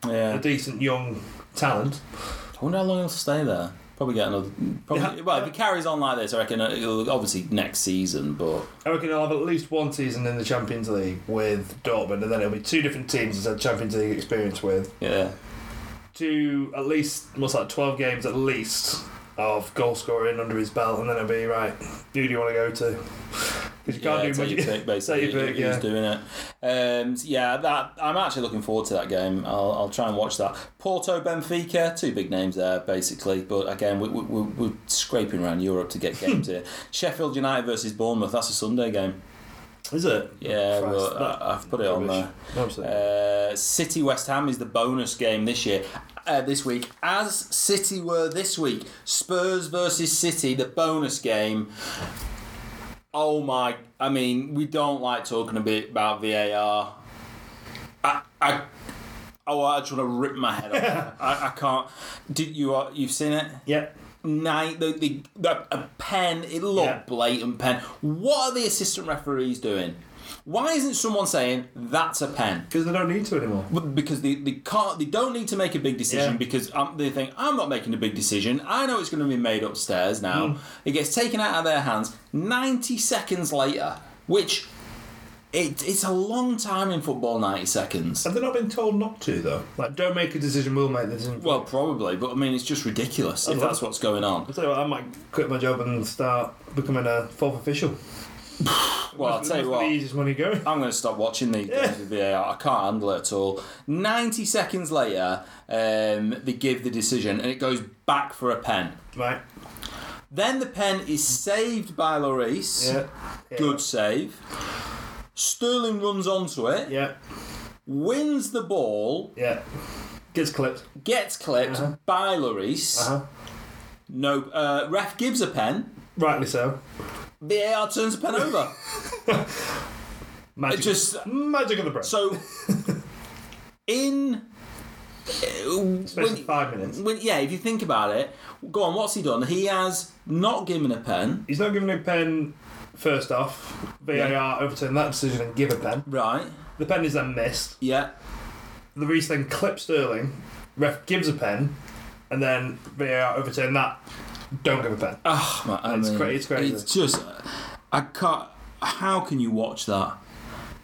Speaker 3: a
Speaker 2: Yeah.
Speaker 3: decent young talent,
Speaker 2: I wonder how long he'll stay there. Probably get another. Probably,
Speaker 3: Yeah.
Speaker 2: Well, if he carries on like this, I reckon uh, it'll obviously next season. But
Speaker 3: I reckon he'll have at least one season in the Champions League with Dortmund, and then it'll be two different teams he's had Champions League experience with.
Speaker 2: yeah,
Speaker 3: Two at least, what's that? Twelve games at least of goal scoring under his belt, and then it'll be right. Who do you want to go to? Because you
Speaker 2: yeah,
Speaker 3: can't do
Speaker 2: take
Speaker 3: much.
Speaker 2: your pick, basically.
Speaker 3: Take your pick,
Speaker 2: who's
Speaker 3: yeah.
Speaker 2: doing it? Um, so yeah, that I'm actually looking forward to that game. I'll, I'll try and watch that. Porto, Benfica, two big names there, basically. But again, we, we, we, we're scraping around Europe to get games here. Sheffield United versus Bournemouth. That's a Sunday game.
Speaker 3: Is it?
Speaker 2: Yeah,
Speaker 3: Oh, Christ,
Speaker 2: well,
Speaker 3: that-
Speaker 2: I, I've put it on
Speaker 3: Rubbish.
Speaker 2: there.
Speaker 3: Absolutely.
Speaker 2: Uh, City West Ham is the bonus game this year. Uh, this week, as City were this week, Spurs versus City, the bonus game. Oh my! I mean, we don't like talking a bit about VAR. I, I, oh, I just want to rip my head off. I, I can't. Did you? uh, You've seen it?
Speaker 3: Yep.
Speaker 2: Nine. The, the, the a pen. It looked
Speaker 3: Yeah.
Speaker 2: blatant pen. What are the assistant referees doing? Why isn't someone saying that's a pen?
Speaker 3: Because they don't need to anymore.
Speaker 2: But because they, they can't they don't need to make a big decision
Speaker 3: Yeah.
Speaker 2: because um, they think I'm not making a big decision I know it's going to be made upstairs now it gets taken out of their hands 90 seconds later which it, it's a long time in football 90 seconds
Speaker 3: Have they not been told not to though? Like, don't make a decision. We'll make the decision.
Speaker 2: well probably but I mean it's just ridiculous if
Speaker 3: love
Speaker 2: that's
Speaker 3: it.
Speaker 2: what's going on
Speaker 3: I tell you what, I might quit my job and start becoming a fourth official.
Speaker 2: well I'll tell
Speaker 3: That's
Speaker 2: you
Speaker 3: the
Speaker 2: what
Speaker 3: easiest money going.
Speaker 2: I'm going to stop watching these games with VAR. I can't handle it at all. 90 seconds later, um, they give the decision and it goes back for a pen.
Speaker 3: Right.
Speaker 2: Then the pen is saved by Lloris.
Speaker 3: Yeah. yeah.
Speaker 2: Good save. Sterling runs onto it,
Speaker 3: Yeah.
Speaker 2: wins the ball,
Speaker 3: Yeah. Gets clipped.
Speaker 2: gets clipped by Lloris.
Speaker 3: Uh-huh.
Speaker 2: No, uh, ref gives a pen.
Speaker 3: Rightly so.
Speaker 2: VAR turns the pen over.
Speaker 3: Magic.
Speaker 2: It just
Speaker 3: magic of the press.
Speaker 2: so in
Speaker 3: Especially five minutes.
Speaker 2: When, yeah, if you think about it, go on. What's he done? He has not given a pen,
Speaker 3: He's not giving a pen first off. VAR overturned that decision and give a pen.
Speaker 2: right?
Speaker 3: The pen is then missed.
Speaker 2: Yeah,
Speaker 3: The Reese then clips Sterling. Ref gives a pen, and then VAR overturned that. Don't give a pen.
Speaker 2: Oh, man, I
Speaker 3: It's
Speaker 2: mean,
Speaker 3: cra- it's crazy.
Speaker 2: It's just, uh, I can't. How can you watch that?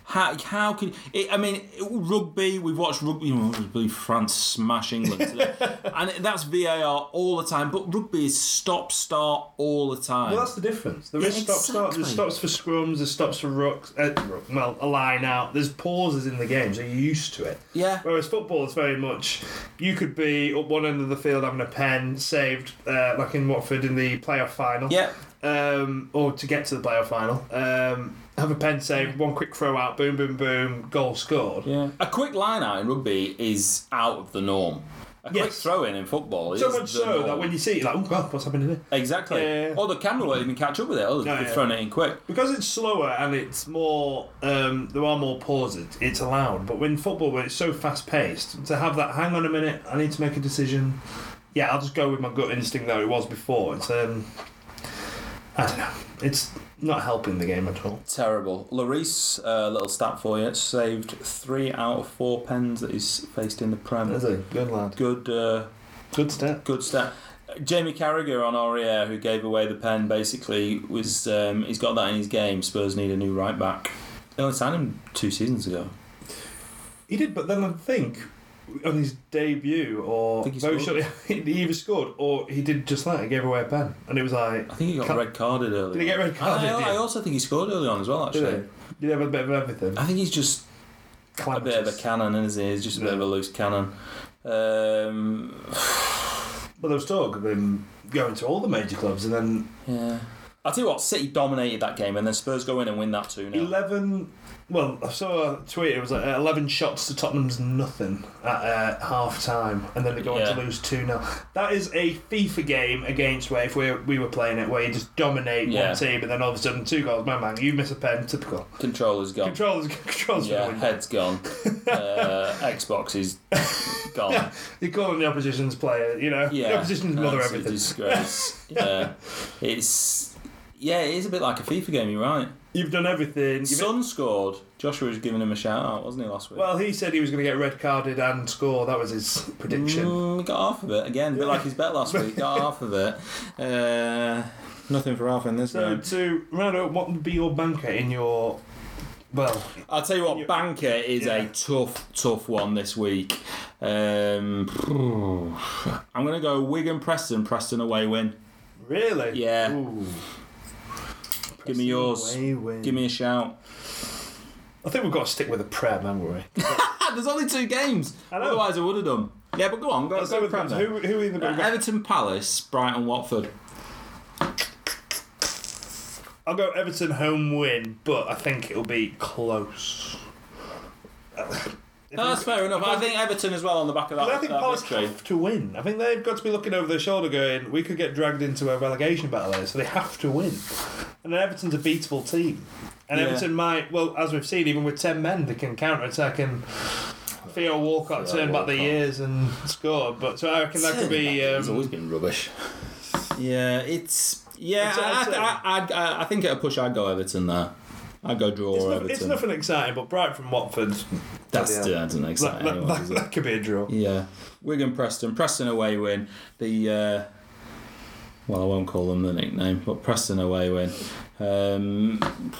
Speaker 2: How, how can it, I mean rugby? We've watched rugby, you know, rugby France smash England, today. and that's VAR all the time. But rugby is stop start all the time.
Speaker 3: Well, that's the difference. There
Speaker 2: Yeah,
Speaker 3: is stop start. There's
Speaker 2: exactly.
Speaker 3: stops for scrums. There's stops for rucks. Uh, ruck, well, a line out. There's pauses in the game, so you're used to it.
Speaker 2: Yeah.
Speaker 3: Whereas football is very much, you could be up one end of the field having a pen saved, uh, like in Watford in the playoff final.
Speaker 2: Yeah.
Speaker 3: Um, or to get to the playoff final, um, have a pen saved, one quick throw out, boom, boom, boom, goal scored.
Speaker 2: yeah. A quick line out in rugby is out of the norm. A quick
Speaker 3: Yes.
Speaker 2: throw in in football
Speaker 3: So
Speaker 2: is
Speaker 3: much
Speaker 2: the
Speaker 3: so that
Speaker 2: norm.
Speaker 3: when you see it, you're like, oh god, what's happening here?
Speaker 2: exactly,
Speaker 3: Yeah.
Speaker 2: or the camera won't even catch up with it. Oh, they've
Speaker 3: yeah.
Speaker 2: thrown it in quick.
Speaker 3: because it's slower and it's more um, there are more pauses it's allowed but when football when it's so fast paced to have that hang on a minute I need to make a decision yeah I'll just go with my gut instinct that it was before it's um I don't know it's not helping the game at all
Speaker 2: Terrible. Lloris, uh, little stat for you, saved three out of four pens that he's faced in the Prem.
Speaker 3: a good lad
Speaker 2: Good, uh,
Speaker 3: good step
Speaker 2: good stat. Jamie Carragher on Aurier, who gave away the pen, basically was um, he's got that in his game. Spurs need a new right back. They only signed him two seasons ago.
Speaker 3: he did but then I think on his debut or
Speaker 2: Think he
Speaker 3: very
Speaker 2: scored.
Speaker 3: shortly he either scored or he did just that he gave away a pen and it was like
Speaker 2: I think he got
Speaker 3: Ca-
Speaker 2: red carded early.
Speaker 3: Did he get
Speaker 2: on.
Speaker 3: red carded,
Speaker 2: I, I,
Speaker 3: yeah?
Speaker 2: I also think he scored early on as well.
Speaker 3: did
Speaker 2: Actually,
Speaker 3: he? Did he have a bit of everything
Speaker 2: I think he's just a bit of a cannon, isn't he? He's just a bit of a loose cannon. Um,
Speaker 3: Well, there was talk of him going to all the major clubs, and then
Speaker 2: Yeah. I'll tell you what, City dominated that game, and then Spurs go in and win that 2 0.
Speaker 3: eleven. Well, I saw a tweet. It was like uh, eleven shots to Tottenham's nothing at uh, half time, and then they go on
Speaker 2: Yeah.
Speaker 3: to lose two 0 That is a FIFA game against where if we we were playing it, where you just dominate
Speaker 2: Yeah.
Speaker 3: one team, and then all of a sudden two goals, man, man, you miss a pen, typical.
Speaker 2: Controller's gone.
Speaker 3: Controls, controls.
Speaker 2: Oh. yeah,
Speaker 3: Yeah.
Speaker 2: head's gone. uh, Xbox is gone.
Speaker 3: You're calling the opposition's player, you know.
Speaker 2: Yeah.
Speaker 3: The opposition's mother
Speaker 2: That's a
Speaker 3: everything.
Speaker 2: disgrace. yeah. It's. Yeah, it is a bit like a FIFA game, you're right.
Speaker 3: You've done everything. You've
Speaker 2: Son scored. Joshua was giving him a shout out, wasn't he, last week?
Speaker 3: well, he said he was going to get red carded and score. That was his prediction.
Speaker 2: Mm, got half of it again, a bit like his bet last week. Got half of it. Uh, nothing for half in this
Speaker 3: So to round up, what would be your banker in your well?
Speaker 2: I'll tell you what, Banker is a
Speaker 3: Yeah.
Speaker 2: tough, tough one this week. Um, I'm going to go Wigan Preston, Preston away win.
Speaker 3: Really?
Speaker 2: Yeah.
Speaker 3: Ooh.
Speaker 2: Give me yours.
Speaker 3: Away win.
Speaker 2: Give me a shout.
Speaker 3: I think we've got to stick with a prem, haven't we?
Speaker 2: Ah, there's only two games.
Speaker 3: I know.
Speaker 2: Otherwise, I would have done. Yeah, but go on, go,
Speaker 3: Let's go
Speaker 2: go
Speaker 3: with
Speaker 2: Prem.
Speaker 3: prem.
Speaker 2: then.
Speaker 3: Who, who in the
Speaker 2: Uh, Everton Palace, Brighton Watford.
Speaker 3: I'll go Everton home win, but I think it'll be close.
Speaker 2: No, that's fair enough. I think Everton as well on the back of that.
Speaker 3: I think
Speaker 2: that
Speaker 3: Palace
Speaker 2: victory.
Speaker 3: have to win. I think they've got to be looking over their shoulder, going, "We could get dragged into a relegation battle here," so they have to win. And then Everton's a beatable team, and
Speaker 2: Yeah.
Speaker 3: Everton might, well, as we've seen, even with ten men, they can counter attack and. Theo Walcott
Speaker 5: Theo
Speaker 3: turned back the
Speaker 5: Walcott.
Speaker 3: years and scored, but so I reckon that could be.
Speaker 5: He's always
Speaker 3: Um,
Speaker 5: been rubbish.
Speaker 2: Yeah, it's. Yeah,
Speaker 3: It's-
Speaker 2: I,
Speaker 3: it's,
Speaker 2: I, I, I, I think at a push, I'd go Everton there. I'd go draw
Speaker 3: it's,
Speaker 2: or
Speaker 3: nothing,
Speaker 2: Everton.
Speaker 3: it's nothing exciting, but Bright from Watford,
Speaker 2: That's,
Speaker 3: Yeah.
Speaker 2: that's an
Speaker 3: that,
Speaker 2: exciting
Speaker 3: that,
Speaker 2: one,
Speaker 3: that,
Speaker 2: is it?
Speaker 3: that could be a draw.
Speaker 2: Yeah, Wigan Preston, Preston away win. The uh, well, I won't call them the nickname, but Preston away win. Um,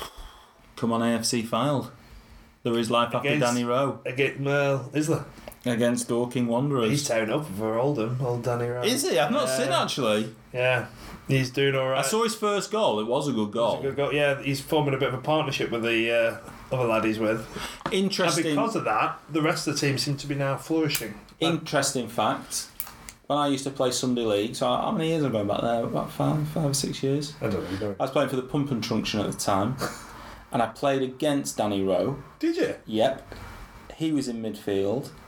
Speaker 2: come on, AFC filed. There is life after
Speaker 3: Against-
Speaker 2: Danny Rowe
Speaker 3: Again, well, is there?
Speaker 2: against Dorking
Speaker 3: He's
Speaker 2: Wanderers.
Speaker 3: tearing up for Oldham, old Danny Ryan.
Speaker 2: Is he? I've not
Speaker 3: Yeah.
Speaker 2: seen actually.
Speaker 3: Yeah, he's doing all right.
Speaker 2: I saw his first goal. It was a good
Speaker 3: He's a
Speaker 2: goal.
Speaker 3: good goal. Yeah, he's forming a bit of a partnership with the uh, other lad he's with, and
Speaker 2: Interesting.
Speaker 3: because of that, the rest of the team seem to be now flourishing.
Speaker 2: Interesting fact. When I used to play Sunday League, so how many years ago back there? About five, five or six years.
Speaker 3: I don't know.
Speaker 2: I was playing for the Pump and Trunction at the time, and I played against Danny Rowe.
Speaker 3: Did you?
Speaker 2: Yep. He was in midfield.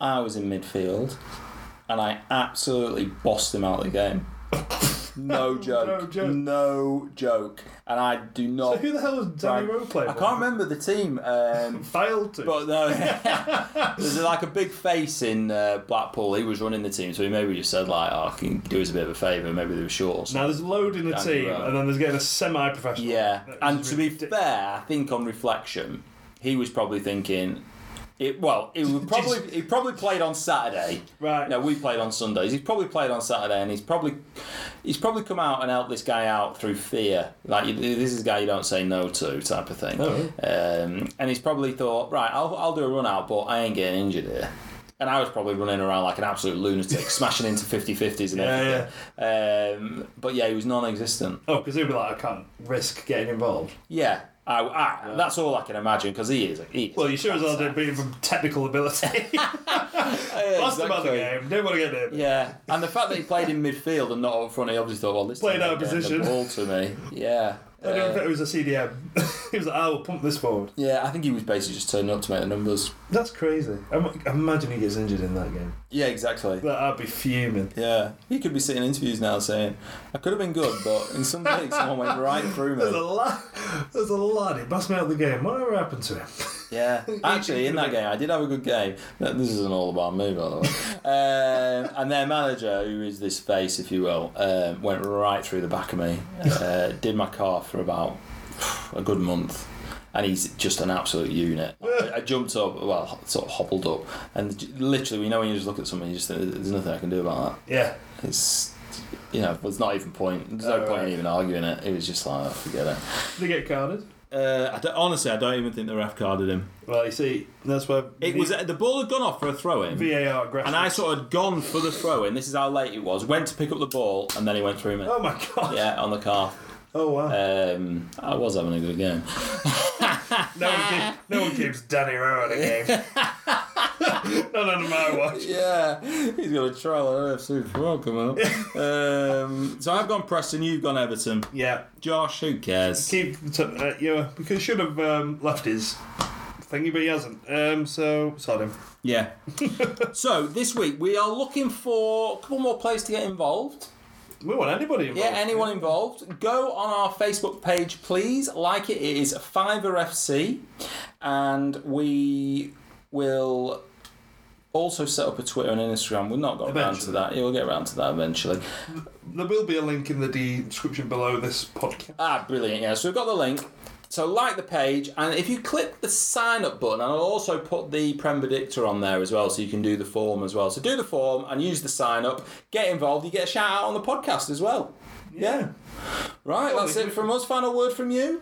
Speaker 2: I was in midfield. And I absolutely bossed him out of the game. No joke.
Speaker 3: No joke.
Speaker 2: No joke. And I do not.
Speaker 3: Who the hell was Danny
Speaker 2: Right.
Speaker 3: Rowe playing?
Speaker 2: I can't remember the team. Um,
Speaker 3: Failed to.
Speaker 2: but no, there's like a big face in uh, Blackpool. He was running the team, so he maybe just said like, oh, "I can do us a bit of a favour." Maybe they were short. Or something.
Speaker 3: now there's loading the
Speaker 2: Danny
Speaker 3: team,
Speaker 2: Rowe.
Speaker 3: and then there's getting a semi-professional.
Speaker 2: Yeah,
Speaker 3: That
Speaker 2: and
Speaker 3: is
Speaker 2: to be
Speaker 3: ridic-
Speaker 2: fair, I think on reflection, he was probably thinking, it. Well, it would probably he probably played on Saturday.
Speaker 3: Right.
Speaker 2: No, we played on Sundays. He's probably played on Saturday, and he's probably he's probably come out and helped this guy out through fear. Like you- this is a guy you don't say no to, type of
Speaker 3: Oh,
Speaker 2: thing. Um, and he's probably thought, right, I'll I'll do a run out, but I ain't getting injured here. And I was probably running around like an absolute lunatic, smashing into 50-50s and
Speaker 3: Yeah,
Speaker 2: everything. Um, but yeah, he was non-existent.
Speaker 3: Oh, because he'd be like, I can't risk getting involved.
Speaker 2: Yeah, I, I, that's all I can imagine because he is. He is
Speaker 3: Well, you sure as well don't beat him from technical ability. Lost him out the game. Didn't want to get in.
Speaker 2: Yeah, and the fact that he played in midfield and not up front, he obviously thought, well, this
Speaker 3: Played
Speaker 2: time
Speaker 3: out of
Speaker 2: they're getting
Speaker 3: position.
Speaker 2: The ball to me. Yeah.
Speaker 3: I don't
Speaker 2: Uh,
Speaker 3: think it was a CDM. he was like, I will pump this forward.
Speaker 2: yeah, I think he was basically just turning up to make the numbers.
Speaker 3: That's crazy. I'm, imagine he gets injured in that game.
Speaker 2: Yeah, exactly.
Speaker 3: That I'd be fuming.
Speaker 2: Yeah, he could be sitting in interviews now saying, I could have been good, but in some leagues, someone went right through
Speaker 3: There's
Speaker 2: me.
Speaker 3: a lad. There's a lad. He bust me out of the game. Whatever happened to him?
Speaker 2: Yeah, actually, in that game, I did have a good game. No, This isn't all about me, by the way. Um, and their manager, who is this face, if you will, um, went right through the back of me. Uh, did my car for about a good month. And he's just an absolute unit. I, I jumped up, well, sort of hobbled up, and j- literally, we know when you just look at someone, you just think there's nothing I can do about
Speaker 3: Yeah.
Speaker 2: that. It's, you know, it's not even point. There's
Speaker 3: Oh,
Speaker 2: no point
Speaker 3: right.
Speaker 2: in even arguing it. It was just like, oh, forget it.
Speaker 3: Did he get carded?
Speaker 7: Uh, I don't- honestly, I don't even think the ref carded him.
Speaker 3: Well, you see, that's where
Speaker 7: It was the ball had gone off for a throw in,
Speaker 3: VAR aggressive.
Speaker 7: and I sort of gone for the throw in.
Speaker 2: This is how late it was. Went to pick up the ball, and then he went through me.
Speaker 3: Oh my god.
Speaker 2: Yeah, on the calf.
Speaker 3: Oh wow.
Speaker 2: Um, I was having a good game.
Speaker 3: no, one keeps, no one keeps Danny Rowe in a game. Not under my watch.
Speaker 2: Yeah, he's got a trial at FC Pro coming up. um,
Speaker 7: So I've gone Preston, you've gone Everton.
Speaker 3: Yeah.
Speaker 7: Josh, who cares?
Speaker 3: Keep the top, uh, yeah, because should have um, left his thingy, but he hasn't. Um, so sod him.
Speaker 7: Yeah.
Speaker 2: so this week we are looking for a couple more players to get involved.
Speaker 3: We want anybody involved.
Speaker 2: Yeah, anyone involved, go on our Facebook page, please. Like it. It is Fiverr FC, and we will also set up a Twitter and an Instagram. We've not got around to
Speaker 3: Eventually.
Speaker 2: that. Yeah, we'll get around to that eventually.
Speaker 3: There will be a link in the description below this podcast.
Speaker 2: Ah, brilliant. Yeah, so we've got the link. So like the page, and if you click the sign up button, and I'll also put the Prem Predictor on there as well, so you can do the form as well. So do the form and use the sign up. Get involved. You get a shout out on the podcast as well.
Speaker 3: Yeah.
Speaker 2: Right, that's
Speaker 3: if
Speaker 2: it from us. Final word from you?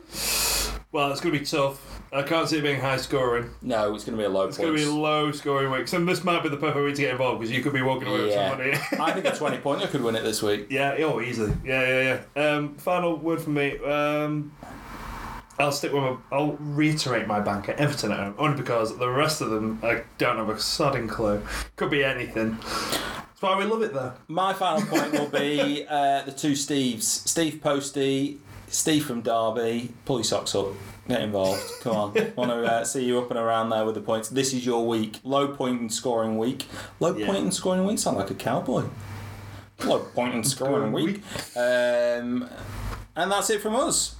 Speaker 3: Well, it's going to be tough. I can't see it being high scoring.
Speaker 2: No, it's going to be a low
Speaker 3: It's going to be low scoring weeks, and this might be the perfect week to get involved because you could be walking away with
Speaker 2: yeah,
Speaker 3: somebody.
Speaker 2: I think a twenty pointer could win it this week.
Speaker 3: yeah, oh, easily. Yeah, yeah, yeah. Um, final word from me. Um, I'll stick with my. I'll reiterate my bank at Everton at home, only because the rest of them I don't have a sodding clue. Could be anything. That's why we love it though.
Speaker 2: My final point will be uh, the two Steves, Steve Posty, Steve from Derby. Pull your socks up, get involved. Come on, want to uh, see you up and around there with the points. This is your week. Low point in scoring week. Low point in scoring week. Sound like a cowboy. Low point in scoring week. Um, and that's it from us.